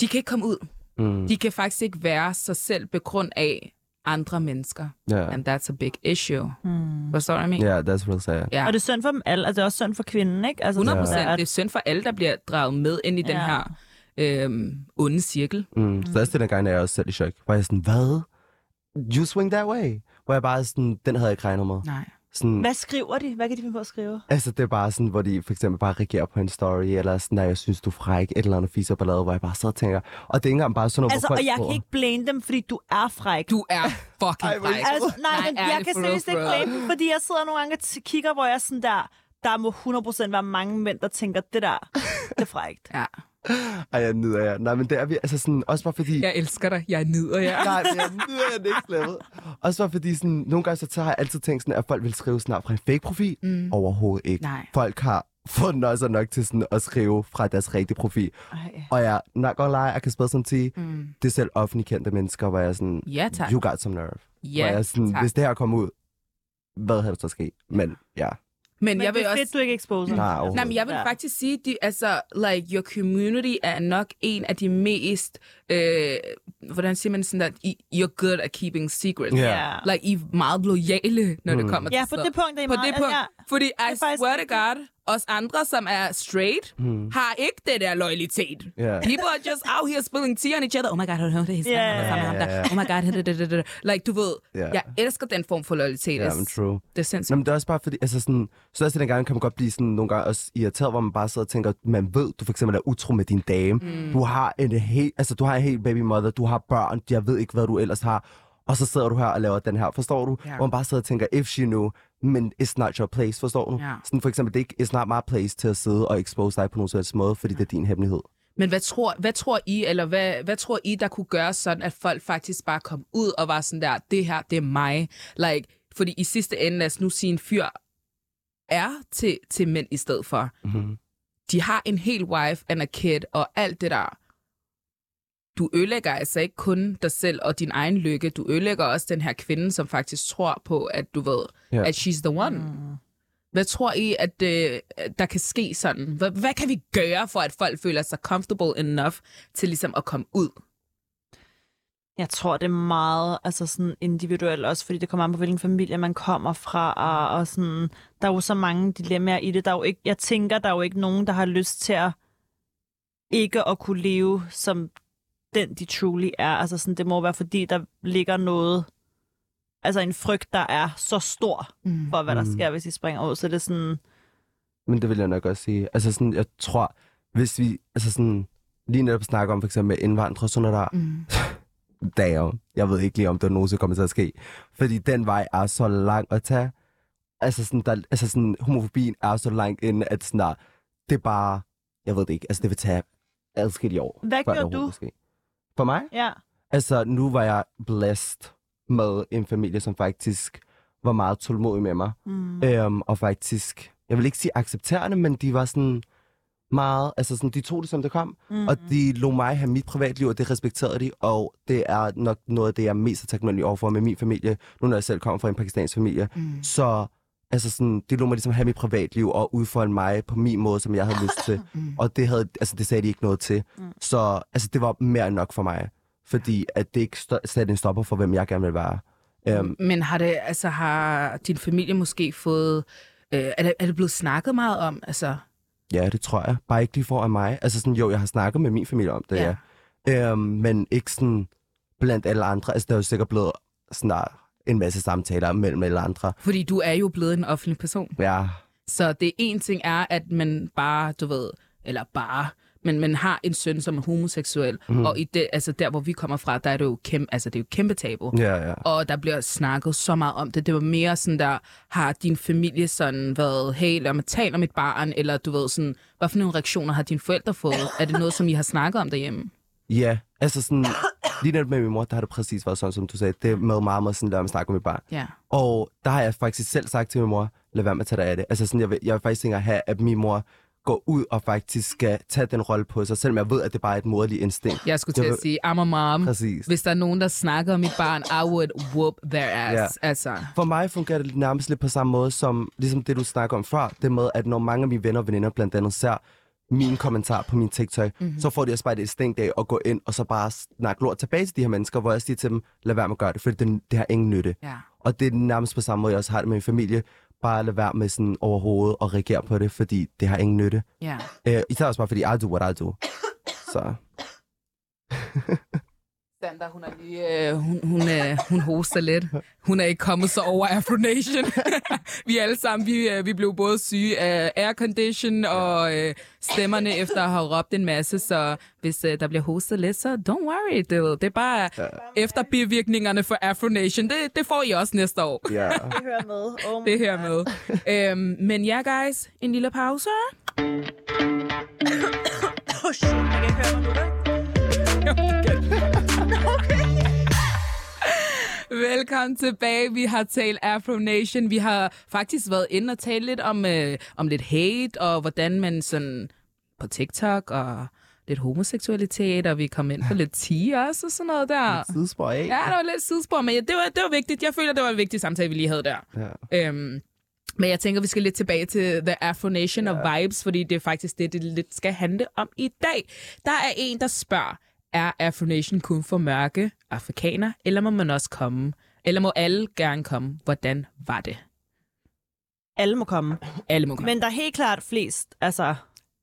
Speaker 1: De kan ikke komme ud.
Speaker 2: Mm.
Speaker 1: De kan faktisk ikke være sig selv på grund af, andre mennesker.
Speaker 2: Ja.
Speaker 1: And that's a big issue. Mm. Forstår du, hvad jeg mener?
Speaker 2: Yeah, that's real sad.
Speaker 1: Ja.
Speaker 3: Og det er synd for dem alle, altså det er også synd for kvinden, ikke? Altså,
Speaker 1: 100
Speaker 3: sådan,
Speaker 1: procent.
Speaker 3: at-
Speaker 1: Det er synd for alle, der bliver draget med ind i ja. den
Speaker 3: Ja.
Speaker 1: her øhm, onde cirkel.
Speaker 2: Mm. Så også den gang, da jeg også selv i chok, var jeg sådan, hvad? You swing that way? Hvor jeg bare sådan, den havde jeg ikke regnet med.
Speaker 1: Nej.
Speaker 2: Sådan,
Speaker 3: Hvad skriver de? Hvad kan de finde på at skrive?
Speaker 2: Altså, det er bare sådan, hvor de for eksempel bare reagerer på en story, eller sådan, nej, jeg synes, du er fræk, et eller andet fiser ballade, hvor jeg bare sidder og tænker, og det er ikke engang bare sådan noget,
Speaker 3: Altså,
Speaker 2: hvor folk
Speaker 3: og jeg kan
Speaker 2: sidder-
Speaker 3: ikke blame dem, fordi du er fræk.
Speaker 1: Du er fucking
Speaker 2: Ej, hvor
Speaker 1: fræk.
Speaker 3: Altså, nej, men
Speaker 1: ærligt,
Speaker 3: jeg kan
Speaker 1: for real,
Speaker 3: seriøst ikke
Speaker 1: for real.
Speaker 3: blame dem, fordi jeg sidder nogle gange og t- kigger, hvor jeg er sådan der, der må 100% være mange mænd, der tænker, det der, det er frækt.
Speaker 1: Ja.
Speaker 2: Ej, jeg nyder jer. Nej, men det er vi, altså sådan, også bare fordi...
Speaker 1: Jeg elsker dig. Jeg nyder jer.
Speaker 2: Nej, men jeg nyder jeg ikke slet. Også bare fordi, sådan, nogle gange så har jeg altid tænkt sådan, at folk vil skrive snart fra en fake-profil. Mm. Overhovedet ikke.
Speaker 1: Nej.
Speaker 2: Folk har fundet sig nok til sådan at skrive fra deres rigtige profil.
Speaker 3: Ej.
Speaker 2: Og jeg, not gonna lie, jeg kan spørge sådan til, mm. det er selv offentligt kendte mennesker, hvor jeg er sådan,
Speaker 1: Ja, tak.
Speaker 2: you got some nerve.
Speaker 1: Ja,
Speaker 2: hvor jeg er sådan,
Speaker 1: tak.
Speaker 2: hvis det her kommer ud, hvad havde der så sket? Men
Speaker 1: [laughs]
Speaker 2: ja,
Speaker 1: Men,
Speaker 3: Men
Speaker 1: jeg
Speaker 3: det
Speaker 1: vil
Speaker 3: er fedt,
Speaker 1: også...
Speaker 3: du ikke exposer.
Speaker 2: nej,
Speaker 1: Nej, men
Speaker 2: overhovedet.
Speaker 1: jeg vil
Speaker 3: Ja.
Speaker 1: faktisk sige, de, altså, like, your community er nok en af de mest, øh, hvordan siger man sådan der, I- you're good at keeping secrets.
Speaker 2: Ja.
Speaker 3: Ja.
Speaker 1: Like, I er meget loyale, når mm. det kommer
Speaker 3: Ja,
Speaker 1: til
Speaker 3: på
Speaker 1: sådan
Speaker 3: det punkt er I
Speaker 1: På
Speaker 3: meget-
Speaker 1: det punkt.
Speaker 3: ja.
Speaker 1: Fordi
Speaker 3: er
Speaker 1: I
Speaker 3: faktisk
Speaker 1: swear to God,
Speaker 3: rigtigt.
Speaker 1: os andre, som er straight, mm. har ikke det der loyalitet.
Speaker 2: Ja.
Speaker 1: People are just out here spilling tea on each other. Oh my god, har du hørt det? His
Speaker 3: Ja, ja,
Speaker 1: yeah,
Speaker 2: ja,
Speaker 1: yeah. Oh my god, da, da, da, da. Like, du ved,
Speaker 2: Ja.
Speaker 1: yeah. jeg elsker den form for loyalitet.
Speaker 2: Ja, men true.
Speaker 1: Det er sindssygt.
Speaker 2: Nå, men det er også bare fordi, altså sådan, så også den gang kan man godt blive sådan nogle gange også irriteret, hvor man bare sidder og tænker, man ved, du for eksempel er utro med din dame, mm. du har en helt, altså du har en helt baby mother, du har børn, jeg ved ikke, hvad du ellers har, og så sidder du her og laver den her, forstår du?
Speaker 1: Ja.
Speaker 2: Hvor man bare sidder og tænker, if she knew, men it's not your place, forstår du?
Speaker 1: Ja.
Speaker 2: Sådan for eksempel, det er ikke, it's not my place til at sidde og expose dig på nogen som helst måde, fordi det er din hemmelighed.
Speaker 1: Men hvad tror, hvad tror I, eller hvad, hvad tror I, der kunne gøre sådan, at folk faktisk bare kom ud og var sådan der, det her, det er mig. Like, fordi i sidste ende, lad os nu sige, en fyr er til, til mænd i stedet for.
Speaker 2: Mm-hmm.
Speaker 1: De har en hel wife and a kid og alt det der. Du ødelægger altså ikke kun dig selv og din egen lykke. Du ødelægger også den her kvinde, som faktisk tror på, at du ved,
Speaker 2: Ja.
Speaker 1: at she's the one. Mm. Hvad tror I, at øh, der kan ske sådan? Hvad, hvad kan vi gøre for, at folk føler sig comfortable enough til ligesom at komme ud?
Speaker 3: Jeg tror, det er meget altså sådan individuelt også, fordi det kommer an på, hvilken familie man kommer fra, og, og sådan, der er jo så mange dilemmaer i det. Der er jo ikke, jeg tænker, der er jo ikke nogen, der har lyst til at ikke at kunne leve som den, de truly er. Altså sådan, det må være, fordi der ligger noget, altså en frygt, der er så stor
Speaker 1: Mm.
Speaker 3: for, hvad der
Speaker 2: Mm.
Speaker 3: sker, hvis de springer ud. Så det er sådan,
Speaker 2: Men det vil jeg nok også sige. Altså sådan, jeg tror, hvis vi, altså sådan, lige netop snakker om for eksempel med indvandrere, og sådan noget der,
Speaker 1: Mm.
Speaker 2: damn, jeg ved ikke lige, om det nogensinde kommer til at ske. Fordi den vej er så lang at tage. Altså sådan, der, altså sådan homofobien er så langt inde, at sådan der, det er bare, jeg ved det ikke, altså det vil tage adskillige år.
Speaker 3: Hvad
Speaker 2: før det
Speaker 3: gjorde
Speaker 2: overhovedet
Speaker 3: du?
Speaker 2: kan ske. For mig?
Speaker 3: ja.
Speaker 2: Altså, nu var jeg blæst med en familie, som faktisk var meget tålmodig med mig.
Speaker 3: Mm.
Speaker 2: Øhm, og faktisk, jeg vil ikke sige accepterende, men de var sådan meget, altså sådan, de tog det, som det kom. Mm. Og de lå mig have mit privatliv, og det respekterede de. Og det er nok noget af det, jeg er mest er taknemmelig overfor med min familie, nu når jeg selv kommer fra en pakistansk familie. Mm. Så altså sådan, de lå mig ligesom have mit privatliv og udfolde mig på min måde, som jeg havde lyst [laughs] til. Mm. Og det, havde, altså, det sagde de ikke noget til. Mm. Så altså, det var mere end nok for mig. Fordi at det ikke sto- satte en stopper for, hvem jeg gerne vil være. Øhm,
Speaker 1: Men har, det, altså, har din familie måske fået... Øh, er, det, er det blevet snakket meget om? Altså,
Speaker 2: Ja, det tror jeg. Bare ikke lige foran mig. Altså sådan, jo, jeg har snakket med min familie om det, ja. ja. Øhm, men ikke sådan blandt alle andre. Altså, der er jo sikkert blevet snart en masse samtaler mellem alle andre.
Speaker 1: fordi du er jo blevet en offentlig person.
Speaker 2: Ja,
Speaker 1: Så det ene ting er, at man bare, du ved, eller bare, men man har en søn, som er homoseksuel, mm. og i det, altså der, hvor vi kommer fra, der er det jo kæmpe, altså det er jo kæmpe tabu.
Speaker 2: ja, ja.
Speaker 1: Og der bliver snakket så meget om det. Det var mere sådan der, har din familie sådan været, hey, lad mig tale om et barn, eller du ved sådan, hvad for nogle reaktioner har dine forældre fået? er det noget, som I har snakket om derhjemme?
Speaker 2: Ja, altså sådan, lige netop med min mor, der har det præcis været sådan, som du sagde. Det er med meget, meget sådan, lad mig snakke med mit barn.
Speaker 1: Ja.
Speaker 2: Og der har jeg faktisk selv sagt til min mor, lad være med at tage dig af det. Altså sådan, jeg vil, jeg vil faktisk ikke engang have, at min mor går ud og faktisk skal tage den rolle på sig, selvom jeg ved, at det bare er et moderligt instinkt.
Speaker 1: Jeg skulle til
Speaker 2: Jeg
Speaker 1: at
Speaker 2: ved-
Speaker 1: sige, I'm a mom.
Speaker 2: Præcis.
Speaker 1: Hvis der er nogen, der snakker om mit barn, I would whoop their ass.
Speaker 2: Ja.
Speaker 1: Altså,
Speaker 2: For mig fungerer det nærmest lidt på samme måde som ligesom det, du snakker om før. Det med, at når mange af mine venner og veninder blandt andet ser min kommentar på min TikTok, mm-hmm. så får de også bare det stænk af at gå ind og så bare snakke lort tilbage til de her mennesker, hvor jeg siger til dem, lad være med at gøre det, for det, det har ingen nytte.
Speaker 1: Ja.
Speaker 2: Og det er nærmest på samme måde, jeg også har det med min familie. Bare lad være med sådan overhovedet og reagere på det, fordi det har ingen nytte.
Speaker 1: Ja.
Speaker 2: Øh, især også bare fordi, I do what I do. Så
Speaker 1: Sandra, hun, er lige, øh, hun, hun, øh, hun hoster lidt. Hun er ikke kommet så over Afro Nation. [laughs] vi alle sammen, vi, øh, vi blev både syge af aircondition og øh, stemmerne efter at have råbt en masse. Så hvis øh, der bliver hostet lidt, så don't worry. Det, det er bare ja. efter bivirkningerne for Afro Nation. Det, det får I også næste år.
Speaker 2: ja,
Speaker 3: Det hører med. Oh my
Speaker 1: Det her
Speaker 3: God.
Speaker 1: med. øhm, men ja, guys. En lille pause.
Speaker 3: Oh, shit, jeg kan ikke høre mig nu, vel?
Speaker 1: Velkommen tilbage. Vi har talt Afro Nation. Vi har faktisk været inde og talt lidt om, øh, om lidt hate, og hvordan man sådan på TikTok og lidt homoseksualitet, og vi kom ind på lidt tea også og sådan noget der.
Speaker 2: sidespor af.
Speaker 1: Ja, der var lidt sidespor, men det var, det var vigtigt. Jeg føler, det var en vigtig samtale, vi lige havde der.
Speaker 2: Ja.
Speaker 1: Øhm, men jeg tænker, vi skal lidt tilbage til The Afro Nation og Vibes, fordi det er faktisk det, det lidt skal handle om i dag. Der er en, der spørger, er Afro Nation kun for mørke afrikaner, eller må man også komme? Eller må alle gerne komme? Hvordan var det?
Speaker 3: Alle må komme.
Speaker 1: Alle må komme.
Speaker 3: Men der er helt klart flest, altså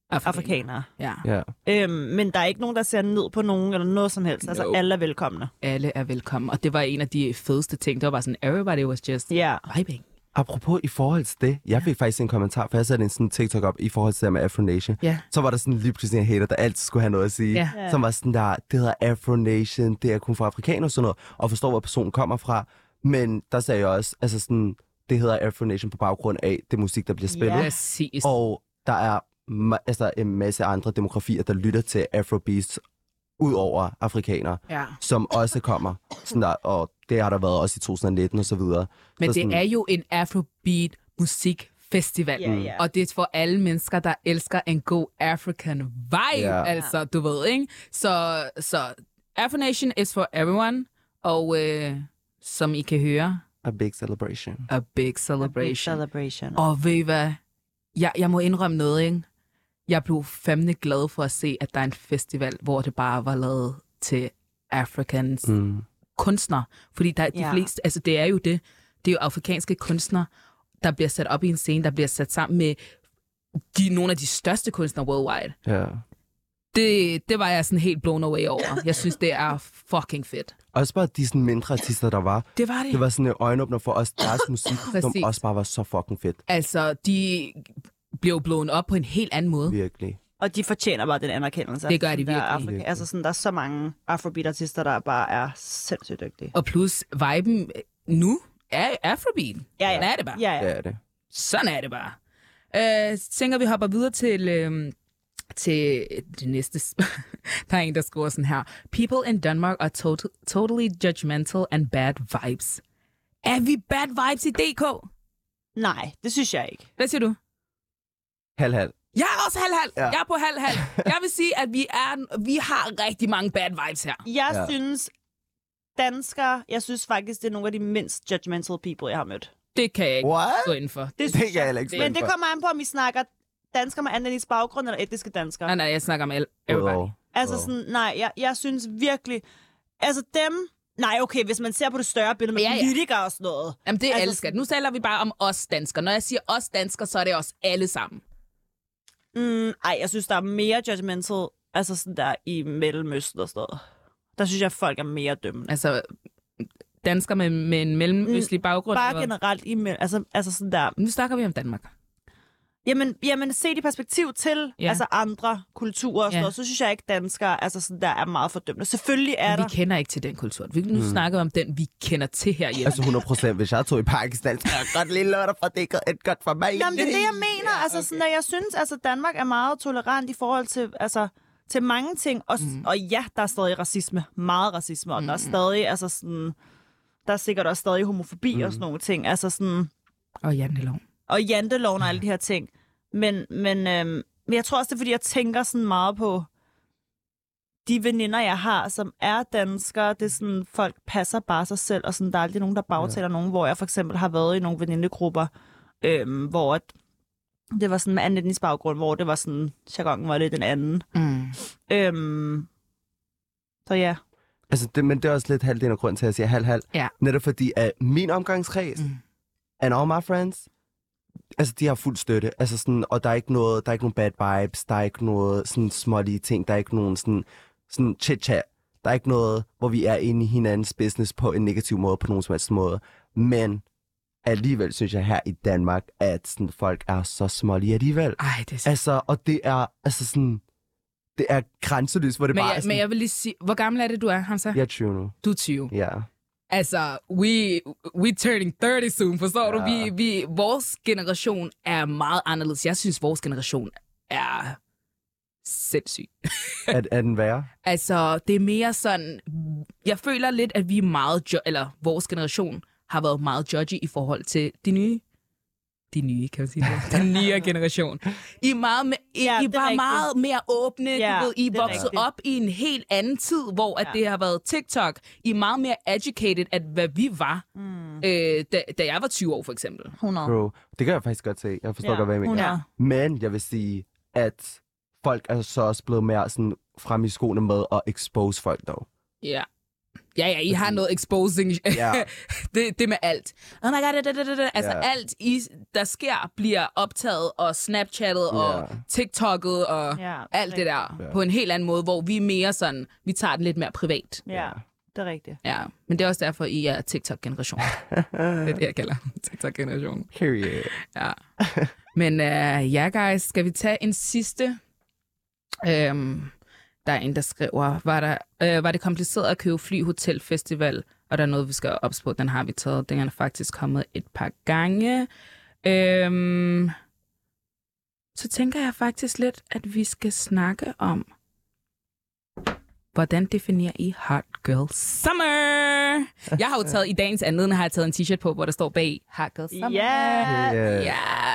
Speaker 3: afrikanere.
Speaker 1: Ja,
Speaker 2: Ja.
Speaker 3: Øhm, men der er ikke nogen, der ser ned på nogen eller noget som helst. Altså,
Speaker 1: No.
Speaker 3: alle er velkomne.
Speaker 1: alle er velkommen. Og det var en af de fedeste ting. Det var bare sådan, everybody was just
Speaker 3: Ja.
Speaker 1: vibing.
Speaker 2: Apropos i forhold til det, jeg fik faktisk en kommentar, for jeg satte en sådan TikTok op i forhold til det her med Afro Nation.
Speaker 1: Ja.
Speaker 2: Så var der sådan lige pludselig en hater, der altid skulle have noget at sige.
Speaker 1: Ja.
Speaker 3: Ja.
Speaker 2: Som var sådan der, det hedder Afro Nation, det er kun for afrikanere og sådan noget, og forstår, hvor personen kommer fra. Men der sagde jeg også, altså sådan, det hedder Afro Nation på baggrund af det musik, der bliver spillet.
Speaker 3: Ja.
Speaker 1: Præcis.
Speaker 2: Og der er ma- altså en masse andre demografier, der lytter til Afrobeats, ud over afrikanere,
Speaker 1: Ja.
Speaker 2: som også kommer. Sådan der, og det har der været også i 2019 og så videre.
Speaker 1: Men
Speaker 2: så
Speaker 1: det
Speaker 2: sådan,
Speaker 1: er jo en Afrobeat musikfestival.
Speaker 3: Ja, ja.
Speaker 1: Mm. Og det er for alle mennesker, der elsker en god African vibe.
Speaker 2: Ja.
Speaker 1: Altså, du ved, ikke? Så, så Afro Nation is for everyone. Og øh, som I kan høre,
Speaker 2: A big celebration.
Speaker 1: a big celebration.
Speaker 3: Celebration.
Speaker 1: Og ved I hvad? Jeg, jeg må indrømme noget, ikke? Jeg blev fandme glad for at se, at der er en festival, hvor det bare var lavet til Africans
Speaker 2: Mm.
Speaker 1: kunstner, fordi der, de
Speaker 3: Ja.
Speaker 1: fleste, altså det er jo det, det er jo afrikanske kunstnere, der bliver sat op i en scene, der bliver sat sammen med de, nogle af de største kunstnere worldwide.
Speaker 2: Ja.
Speaker 1: Det, det var jeg sådan helt blown away over. Jeg synes, det er fucking fedt.
Speaker 2: Også bare de sådan mindre artister, der var.
Speaker 1: Det var det.
Speaker 2: Det var sådan en øjenåbner for os,
Speaker 3: [laughs]
Speaker 2: deres musik, som
Speaker 1: Præcis.
Speaker 2: også bare var så fucking fedt.
Speaker 1: Altså, de blev blown op på en helt anden måde.
Speaker 2: Virkelig.
Speaker 3: Og de fortjener bare den anerkendelse.
Speaker 1: Det gør de
Speaker 3: Der er
Speaker 1: virkelig.
Speaker 3: Afrika, altså sådan, der er så mange afrobeat-artister, der bare er sindssygt dygtige.
Speaker 1: Og plus, viben nu er Afrobeat.
Speaker 3: Ja, ja.
Speaker 1: Sådan er det bare.
Speaker 3: Ja,
Speaker 2: Ja.
Speaker 3: ja.
Speaker 2: Det
Speaker 3: ja.
Speaker 2: er det.
Speaker 1: Sådan er det bare. Øh, tænker, vi hopper videre til, øh, til det næste. sp- [laughs] der er en, der skriver sådan her. People in Denmark are tot- totally judgmental and bad vibes. Er vi bad vibes i DK?
Speaker 3: Nej, det synes jeg ikke.
Speaker 1: Hvad siger du?
Speaker 2: Halv, halv.
Speaker 1: Jeg er også halv-halv. Ja.
Speaker 2: Ja.
Speaker 1: Jeg er på halv-halv. Jeg vil sige, at vi, er, vi har rigtig mange bad vibes her.
Speaker 3: Jeg
Speaker 2: Ja.
Speaker 3: ja. synes, danskere, jeg synes faktisk, det er nogle af de mindst judgmental people, jeg har mødt.
Speaker 1: Det kan jeg ikke
Speaker 2: What?
Speaker 1: gå ind for.
Speaker 3: Det
Speaker 2: [laughs] Det kan jeg heller ikke
Speaker 1: Men
Speaker 3: Men
Speaker 2: spænde
Speaker 3: det
Speaker 2: for.
Speaker 3: kommer an på, om I snakker danskere med anden etnisk baggrund eller etniske danskere.
Speaker 1: Nej, nej, jeg snakker om alle.
Speaker 2: Udover.
Speaker 1: everybody.
Speaker 3: Altså
Speaker 2: Wow.
Speaker 3: sådan, nej, jeg, jeg synes virkelig... Altså dem... Nej, okay, hvis man ser på det større billede med
Speaker 1: Ja,
Speaker 3: ja,
Speaker 1: ja.
Speaker 3: ja. politikere og sådan noget.
Speaker 1: Jamen, det altså,
Speaker 3: Altså
Speaker 1: elsker jeg. Nu taler vi bare om os danskere. Når jeg siger os danskere, så er det os alle sammen.
Speaker 3: Mm, ej, jeg synes, der er mere judgmental, altså sådan der i Mellemøsten og sådan noget. Der synes jeg, at folk er mere dømmende.
Speaker 1: Altså, danskere med, med en
Speaker 2: Mm.
Speaker 1: mellemøstlig baggrund. eller
Speaker 3: Bare
Speaker 1: hvad?
Speaker 3: generelt i Mellem... Altså, altså sådan der...
Speaker 1: Nu snakker vi om Danmark.
Speaker 3: Jamen, jamen set i perspektiv til
Speaker 1: Ja.
Speaker 3: ja. altså andre kulturer og sådan
Speaker 1: Ja.
Speaker 3: ja. noget, så synes jeg ikke, danskere altså sådan der er meget fordømmende. Selvfølgelig er
Speaker 1: Men
Speaker 3: der...
Speaker 1: vi kender ikke til den kultur. Vi nu mm. snakker vi om den, vi kender til her hjemme.
Speaker 2: Altså 100 procent. Hvis jeg tog i Pakistan, så jeg godt lige lort fra det, et godt for mig.
Speaker 3: Jamen, det er
Speaker 2: [laughs]
Speaker 3: det, jeg mener. Ja, altså, sådan, at jeg synes, altså, Danmark er meget tolerant i forhold til, altså, til mange ting. Og, mm. og ja, der er stadig racisme. Meget racisme. Og mm. der er stadig, altså sådan... Der er sikkert også stadig homofobi mm. og sådan nogle ting. Altså sådan...
Speaker 1: Og Janne
Speaker 3: Og janteloven og alle de her ting. Men, men, øhm, men jeg tror også, det er, fordi jeg tænker sådan meget på de veninder, jeg har, som er danskere, det er sådan, folk passer bare sig selv, og sådan, der er aldrig nogen, der bagtaler ja. nogen, hvor jeg for eksempel har været i nogle venindegrupper, øhm, hvor at Det var sådan med anden etnisk baggrund, hvor det var sådan, jargonen var lidt en anden.
Speaker 1: Mm.
Speaker 3: Øhm, så ja.
Speaker 2: Altså, det, men det er også lidt halvdelen af grunden til, at jeg siger halv-halv.
Speaker 1: Ja.
Speaker 2: Netop fordi, at min omgangskreds
Speaker 1: Mm.
Speaker 2: mm. and all my friends, altså, de har fuld støtte. Altså sådan, og der er ikke noget, der er ikke nogen bad vibes, der er ikke noget sådan smålige ting, der er ikke nogen sådan, sådan chit-chat. Der er ikke noget, hvor vi er inde i hinandens business på en negativ måde, på nogen som helst måde. Men alligevel synes jeg her i Danmark, at sådan, folk er så smålige alligevel.
Speaker 1: Ej, det er så...
Speaker 2: Altså, og det er, altså sådan, det er grænseløst, hvor det
Speaker 1: Men
Speaker 2: bare er
Speaker 1: jeg,
Speaker 2: sådan,
Speaker 1: men jeg vil lige sige, hvor gammel er det, du er, Hamza?
Speaker 2: jeg er 20 nu.
Speaker 1: Du er 20.
Speaker 2: Ja. Yeah.
Speaker 1: Altså, we, we turning 30 soon, forstår ja. du?
Speaker 2: Ja.
Speaker 1: Vi, vi, vores generation er meget anderledes. Jeg synes, vores generation er sindssyg.
Speaker 2: Er, er den værre?
Speaker 1: Altså, det er mere sådan... Jeg føler lidt, at vi er meget... Jo- eller vores generation har været meget judgy i forhold til de nye. De nye, kan man sige det? Den nye generation. I er, meget, me- I,
Speaker 3: Ja,
Speaker 1: ja, I
Speaker 3: det er
Speaker 1: var
Speaker 3: rigtigt.
Speaker 1: meget mere åbne. Ja,
Speaker 3: Ja,
Speaker 1: du ved, I
Speaker 3: det
Speaker 1: er
Speaker 3: er
Speaker 1: vokset
Speaker 3: rigtigt.
Speaker 1: op i en helt anden tid, hvor at
Speaker 3: Ja.
Speaker 1: det har været TikTok. I er meget mere educated, at hvad vi var,
Speaker 3: Mm.
Speaker 1: øh, da, da jeg var 20 år, for eksempel.
Speaker 3: 100.
Speaker 2: Bro, det kan jeg faktisk godt se. Jeg forstår
Speaker 3: Ja,
Speaker 2: godt, hvad jeg mener.
Speaker 3: hun er.
Speaker 2: Men jeg vil sige, at folk er så også blevet mere sådan frem i skoene med at expose folk dog.
Speaker 1: Ja. Ja, ja, I har noget exposing.
Speaker 2: Ja.
Speaker 1: [laughs] det, det med alt. Oh my god, da, da, da, da, da. Altså
Speaker 2: Ja.
Speaker 1: alt, I, der sker, bliver optaget og snapchattet og
Speaker 2: Ja.
Speaker 1: tiktoket og
Speaker 3: Ja,
Speaker 1: alt det der
Speaker 2: Ja.
Speaker 1: på en helt anden måde, hvor vi er mere sådan, vi tager den lidt mere privat.
Speaker 3: Ja, det er rigtigt.
Speaker 1: Ja, men det er også derfor, I er
Speaker 2: [laughs]
Speaker 1: TikTok-generation. det er det, jeg kalder TikTok-generation.
Speaker 2: Period.
Speaker 1: Ja. Men øh, ja, guys, skal vi tage en sidste? Øhm, der er en, der skriver, var, der, øh, var det kompliceret at købe fly, hotel, festival? Og der er noget, vi skal ops på. Den har vi taget. Den er faktisk kommet et par gange. Øhm, så tænker jeg faktisk lidt, at vi skal snakke om, hvordan definerer I Hot Girl Summer? Jeg har jo taget, i dagens anledning har jeg taget en t-shirt på, hvor der står bag Hot Girl Summer. Øh.
Speaker 3: Ja,
Speaker 2: Period.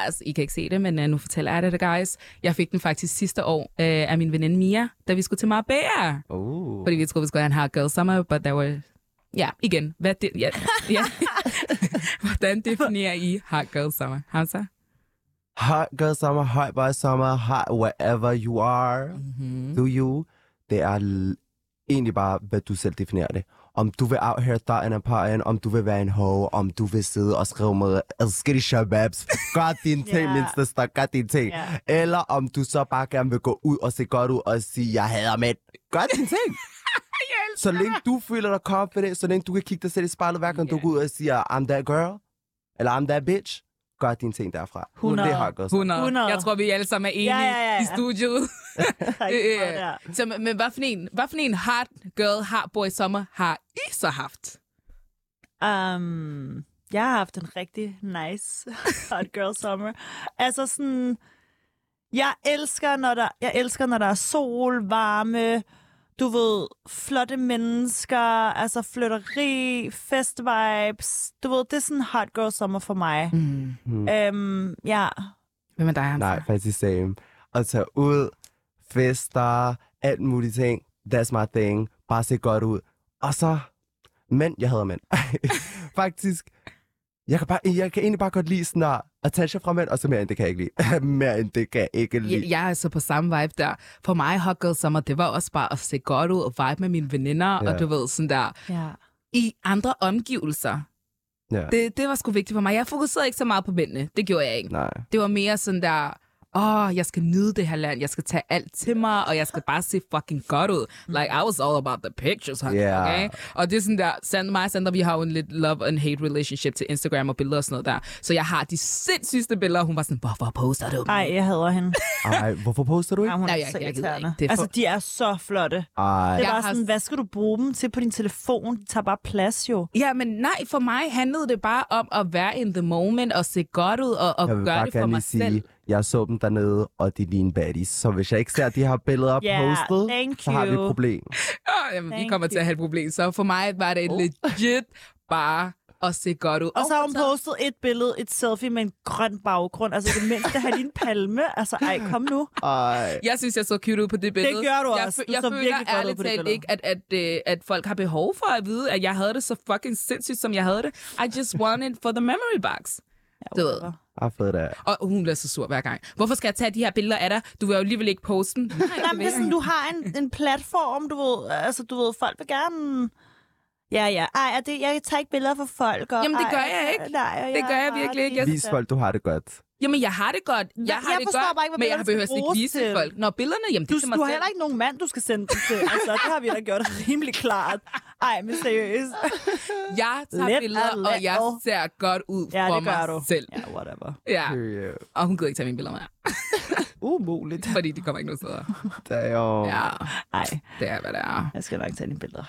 Speaker 1: Yes, I kan ikke se det, men uh, nu fortæller jeg det, guys. Jeg fik den faktisk sidste år uh, af min veninde Mia, da vi skulle til Marbella.
Speaker 2: Oh.
Speaker 1: Fordi vi troede, vi skulle have en hard girl summer, but there were... Ja, igen. Hvad det, ja, [laughs] ja. Hvordan definerer I hard girl summer? Hamza?
Speaker 2: Hot girl summer, hot boy summer, hot wherever you are,
Speaker 1: Mm-hmm.
Speaker 2: do you. Det er l- egentlig bare, hvad du selv definerer det. Om du vil out here, der en party, om du vil være en hoe, om du vil sidde og skrive med adskillige shababs. Gør din ting,
Speaker 3: Ja.
Speaker 2: min søster, gør din ting.
Speaker 3: Ja.
Speaker 2: Eller om du så bare gerne vil gå ud og se godt ud og sige, jeg hader mænd. Gør din ting. så længe du føler dig confident, så længe du kan kigge dig selv i spejlet, hver gang yeah.
Speaker 1: Ja.
Speaker 2: du går ud og siger, I'm that girl, eller I'm that bitch, gør din ting derfra.
Speaker 3: 100.
Speaker 2: Det har jeg godt sagt.
Speaker 1: 100. 100.
Speaker 3: 100.
Speaker 1: Jeg tror, vi alle sammen er enige
Speaker 3: Ja, ja, ja,
Speaker 1: i
Speaker 3: ja.
Speaker 1: studiet. Øh,
Speaker 3: der er ikke meget der.
Speaker 1: [laughs] så, men men hvad for, en, hvad for en hard girl, hard boy summer har I så haft?
Speaker 3: Um, jeg har haft en rigtig nice [laughs] hot girl summer. Altså sådan, jeg elsker, når der, jeg elsker, når der er sol, varme, du ved, flotte mennesker, altså flytteri, festvibes. Du ved, det er sådan hot girl summer for mig.
Speaker 1: Mm.
Speaker 3: Mm. Øhm, ja,
Speaker 1: Hvem er dig, Hamza?
Speaker 2: Nej, faktisk same. At tage ud, fester, alt muligt ting. That's my thing. Bare se godt ud. Og så mænd. Jeg hader mænd. [laughs] faktisk. Jeg kan, bare, jeg kan egentlig bare godt lide sådan at attention fra mænd, og så mere end det kan jeg ikke lide. [laughs] mere end det kan jeg ikke lide.
Speaker 1: Jeg, jeg er så på samme vibe der. For mig, Hot Girl Summer, det var også bare at se godt ud og vibe med mine veninder,
Speaker 2: Ja.
Speaker 1: og du ved, sådan der,
Speaker 3: ja.
Speaker 1: i andre omgivelser.
Speaker 2: Ja.
Speaker 1: Det, det var sgu vigtigt for mig. Jeg fokuserede ikke så meget på mændene. Det gjorde jeg ikke.
Speaker 2: Nej.
Speaker 1: Det var mere sådan der, åh, oh, jeg skal nyde det her land, jeg skal tage alt til mig, og jeg skal bare se fucking godt ud. Like, I was all about the pictures, honey,
Speaker 2: Mm. Ja.
Speaker 1: okay? Og det er sådan der, send mig og Sandra, vi har jo en lidt love and hate relationship til Instagram og billeder og sådan noget der. Så jeg har de sindssygeste billeder, og hun var sådan, hvorfor poster du dem?
Speaker 3: Ej, jeg hader
Speaker 1: [laughs]
Speaker 3: hende.
Speaker 2: Ej, hvorfor poster du
Speaker 3: Ej,
Speaker 2: ikke?
Speaker 3: hun er
Speaker 1: Nej, jeg-
Speaker 3: så
Speaker 1: jeg gider
Speaker 3: irriterende.
Speaker 1: ikke. Det er for-
Speaker 3: Altså, de er så flotte.
Speaker 2: Ej.
Speaker 3: Det
Speaker 1: Jeg
Speaker 3: var
Speaker 1: har-
Speaker 3: sådan, hvad skal du bruge dem til på din telefon? De tager bare plads jo.
Speaker 1: Ja, men nej, for mig handlede det bare om at være in the moment og se godt ud og, og
Speaker 2: Jeg vil
Speaker 1: gøre
Speaker 2: bare
Speaker 1: det for
Speaker 2: gerne lige
Speaker 1: mig selv.
Speaker 2: sige, jeg så dem dernede, og de lignede baddies. Så hvis jeg ikke ser de her
Speaker 1: [laughs]
Speaker 2: billeder
Speaker 3: Ja,
Speaker 2: postet,
Speaker 3: thank
Speaker 2: så har vi et
Speaker 3: you.
Speaker 2: problem.
Speaker 1: Oh, jamen, vi
Speaker 3: Thank
Speaker 1: kommer til at have et problem. Så for mig var det oh. legit bare at se godt ud.
Speaker 3: Og så har hun
Speaker 1: så-
Speaker 3: postet et billede, et selfie med en grøn baggrund. Altså det mindste har lige en palme. Altså ej, kom nu.
Speaker 2: Ej.
Speaker 1: Jeg synes, jeg så cute ud på det billede.
Speaker 3: gør du
Speaker 1: jeg,
Speaker 3: også.
Speaker 1: fø-
Speaker 3: Du
Speaker 1: jeg
Speaker 3: så
Speaker 1: føler
Speaker 3: virkelig godt ud
Speaker 1: ærligt
Speaker 3: på det
Speaker 1: talt
Speaker 3: billede.
Speaker 1: ikke, at, at, øh, at folk har behov for at vide, at jeg havde det så fucking sindssygt, som jeg havde det. I just want it for the memory box. Du ved.
Speaker 3: whatever.
Speaker 2: I feel that.
Speaker 1: Og hun bliver så sur hver gang. Hvorfor skal jeg tage de her billeder af dig? Du vil jo alligevel ikke poste dem. Nej, det
Speaker 3: [laughs] Nej,
Speaker 1: vil
Speaker 3: men det er
Speaker 1: jeg
Speaker 3: sådan, du har en, en platform, du ved, altså, du ved, folk vil gerne... Ja, ja. Ej, og det, jeg tager ikke billeder for folk. Og,
Speaker 1: Jamen, det gør
Speaker 3: ej,
Speaker 1: jeg ikke.
Speaker 3: øh, Nej, og
Speaker 1: Det gør jeg
Speaker 3: har
Speaker 1: virkelig ikke.
Speaker 3: det-
Speaker 1: Jeg-
Speaker 2: Vis folk, du har det godt.
Speaker 1: Jamen, jeg har det godt. Jeg,
Speaker 3: Jeg
Speaker 1: har det
Speaker 3: forstår
Speaker 1: godt,
Speaker 3: bare ikke, hvad
Speaker 1: men jeg har behøvet
Speaker 3: billederne skal
Speaker 1: ikke
Speaker 3: bruges
Speaker 1: vise
Speaker 3: til.
Speaker 1: folk. Når billederne, jamen, det
Speaker 3: Du,
Speaker 1: er til mig
Speaker 3: du har
Speaker 1: selv.
Speaker 3: heller ikke nogen mand, du skal sende dem til. Altså, det har vi da gjort [laughs] rimelig klart. Ej, men
Speaker 1: [laughs]
Speaker 3: seriøst.
Speaker 1: Jeg tager
Speaker 3: Let
Speaker 1: billeder,
Speaker 3: and
Speaker 1: og
Speaker 3: let
Speaker 1: jeg
Speaker 3: all.
Speaker 1: ser godt ud
Speaker 3: Ja,
Speaker 1: for
Speaker 3: det gør
Speaker 1: mig
Speaker 3: du.
Speaker 1: selv.
Speaker 3: Ja, whatever.
Speaker 1: [laughs] Ja.
Speaker 2: Period.
Speaker 1: Og hun gider ikke tage mine billeder med,
Speaker 3: Umuligt.
Speaker 1: fordi de kommer ikke nogen steder.
Speaker 2: Damn.
Speaker 1: Ja,
Speaker 3: Nej,
Speaker 1: det er, hvad det er.
Speaker 3: jeg skal nok tage dine billeder.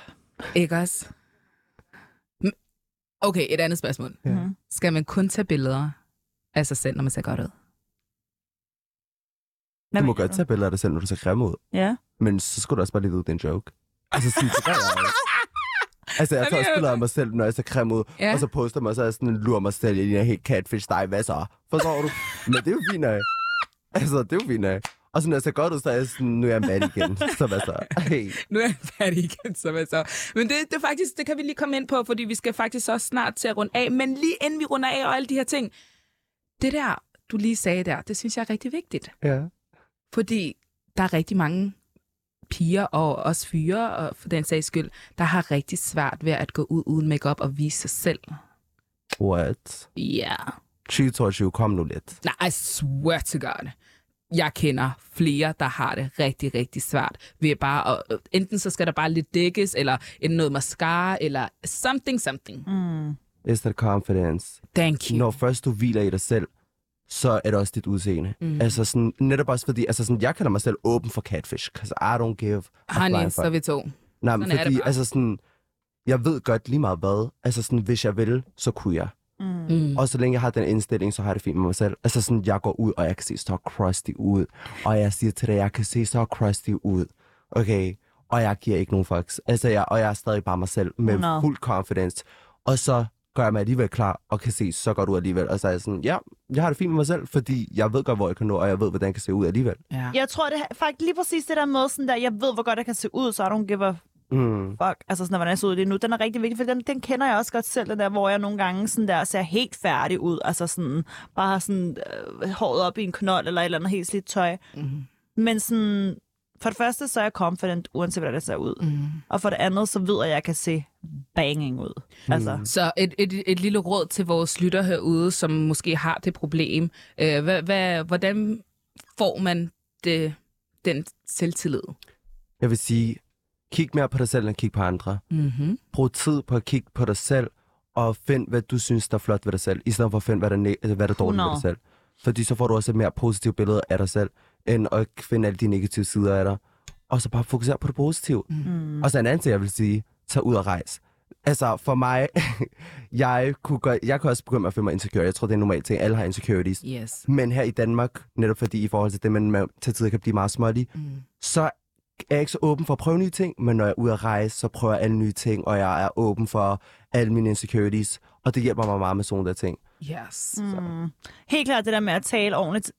Speaker 1: Ikke også? M- Okay, et andet spørgsmål.
Speaker 3: Mhm.
Speaker 1: Skal man kun tage billeder af sig selv, når man ser godt ud?
Speaker 3: Hvad
Speaker 2: Du må
Speaker 3: mener
Speaker 2: godt tage billeder af dig selv, når du ser grim ud.
Speaker 3: Ja.
Speaker 2: Men så skulle du også bare lige vide, det er en joke. Altså, sådan, det gør jeg
Speaker 1: [laughs]
Speaker 2: også. Altså, jeg
Speaker 1: Jamen,
Speaker 2: tager også
Speaker 1: jeg-
Speaker 2: billeder af mig selv, når jeg ser grim ud.
Speaker 1: Ja.
Speaker 2: Og så poster mig, så er jeg sådan, lurer mig selv, jeg ligner helt catfish dig, hvad så? Forstår du? Men det er jo fint af. Altså, det er jo fint af. Og så når jeg ser godt ud, så er jeg sådan, nu er jeg mad igen. Så hvad så?
Speaker 1: [laughs]
Speaker 2: Hey.
Speaker 1: Nu er jeg færdig igen, som jeg så. Men det, det, er faktisk, det kan vi lige komme ind på, fordi vi skal faktisk også snart til at runde af. Men lige inden vi runder af og alle de her ting, det der, du lige sagde der, det synes jeg er rigtig vigtigt.
Speaker 2: Ja.
Speaker 1: Fordi der er rigtig mange piger og også fyre, og for den sags skyld, der har rigtig svært ved at gå ud uden makeup og vise sig selv.
Speaker 2: What?
Speaker 1: Ja. Yeah.
Speaker 2: 2022, kom nu lidt.
Speaker 1: Nej, I swear to God. Jeg kender flere, der har det rigtig, rigtig svært ved bare at, øh, enten så skal der bare lidt dækkes, eller en noget mascara, eller something, something. Mm.
Speaker 2: It's that confidence.
Speaker 1: Thank you.
Speaker 2: Når først du hviler i dig selv, så er det også dit udseende.
Speaker 1: Mhm.
Speaker 2: Mm. Altså sådan, netop også fordi, altså sådan, jeg kalder mig selv åben for catfish, because I don't give a
Speaker 1: Honey,
Speaker 2: flying
Speaker 1: så
Speaker 2: fuck.
Speaker 1: er vi to.
Speaker 2: Nej, men
Speaker 1: Sådan er det
Speaker 2: fordi,
Speaker 1: bare.
Speaker 2: altså sådan, jeg ved godt lige meget hvad. Altså sådan, hvis jeg vil, så kunne jeg.
Speaker 1: Mm.
Speaker 2: Og så længe jeg har den indstilling, så har jeg det fint med mig selv. Altså sådan, jeg går ud, og jeg kan se så crusty ud. Og jeg siger til dig, jeg kan se så crusty ud. Okay? Og jeg giver ikke nogen fucks. Altså, jeg, og jeg er stadig bare mig selv med
Speaker 3: Hundrede.
Speaker 2: fuld confidence. Og så gør jeg mig alligevel klar, og kan se så godt ud alligevel. Og så er jeg sådan, ja, jeg har det fint med mig selv, fordi jeg ved godt, hvor jeg kan nå, og jeg ved, hvordan jeg kan se ud alligevel.
Speaker 1: Ja.
Speaker 3: Jeg tror, det er faktisk lige præcis det der med, sådan der, jeg ved, hvor godt jeg kan se ud, så er nogen give a
Speaker 2: Mm.
Speaker 3: fuck, altså sådan, hvordan jeg ser ud lige nu, den er rigtig vigtig, for den, den kender jeg også godt selv, den der, hvor jeg nogle gange sådan der ser helt færdig ud, altså sådan, bare har sådan øh, håret op i en knold, eller et eller andet helt slidt tøj.
Speaker 1: Mhm.
Speaker 3: Men sådan, for det første, så er jeg confident, uanset hvordan det ser ud.
Speaker 1: Mm.
Speaker 3: Og for det andet, så ved jeg, at jeg kan se banging ud. Altså,
Speaker 1: Så et, et, et lille råd til vores lytter herude, som måske har det problem. Øh, hvad, hvad, hvordan får man det, den selvtillid?
Speaker 2: Jeg vil sige, kig mere på dig selv, end kig på andre.
Speaker 1: Mm-hmm.
Speaker 2: brug tid på at kigge på dig selv, og find, hvad du synes, der er flot ved dig selv, i stedet for at finde, hvad der, ne- altså, hvad der er dårligt ved
Speaker 3: 100.
Speaker 2: dig selv. Fordi så får du også et mere positivt billede af dig selv, end at finde alle de negative sider af dig. Og så bare fokusere på det positive. Mm. Og så en anden ting, jeg vil sige, tag ud og rejs. Altså, for mig, [laughs] jeg kunne, godt, jeg kunne også begynde at føle mig insecure. Jeg tror, det er en normal ting. Alle har insecurities.
Speaker 1: Yes.
Speaker 2: Men her i Danmark, netop fordi i forhold til det, man man til tider kan blive meget smålig,
Speaker 1: Mm.
Speaker 2: så er jeg ikke så åben for at prøve nye ting, men når jeg er ude at rejse, så prøver jeg alle nye ting, og jeg er åben for alle mine insecurities, og det hjælper mig meget med sådan nogle der ting.
Speaker 1: Yes.
Speaker 3: Mm. Helt klart det der med at tale ordentligt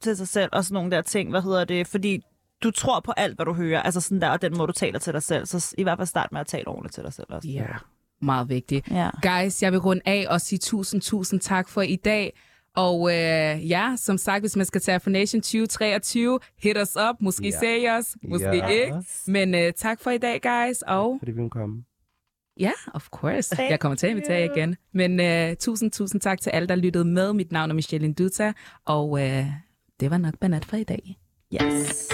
Speaker 3: til sig selv, og sådan nogle der ting, hvad hedder det, fordi du tror på alt, hvad du hører, altså sådan der, og den måde, du taler til dig selv, så s- i hvert fald start med at tale ordentligt til dig selv også.
Speaker 1: Ja, meget vigtigt.
Speaker 3: Ja.
Speaker 1: Guys, jeg vil runde af og sige tusind, tusind tak for i dag. Og øh, ja, som sagt, hvis man skal tage Affirmation 2023, hit os op. Måske
Speaker 2: Ja.
Speaker 1: yeah. se os, måske
Speaker 2: Ja.
Speaker 1: yeah. ikke. Men øh, tak for i dag, guys. Og
Speaker 2: Fordi vi komme.
Speaker 1: ja, yeah, of course.
Speaker 3: Thank
Speaker 1: jeg kommer til at invitere jer
Speaker 3: you.
Speaker 1: igen. Men øh, tusind, tusind tak til alle, der lyttede med. Mit navn er Michelle Induta, og øh, det var nok banat for i dag.
Speaker 3: Yes.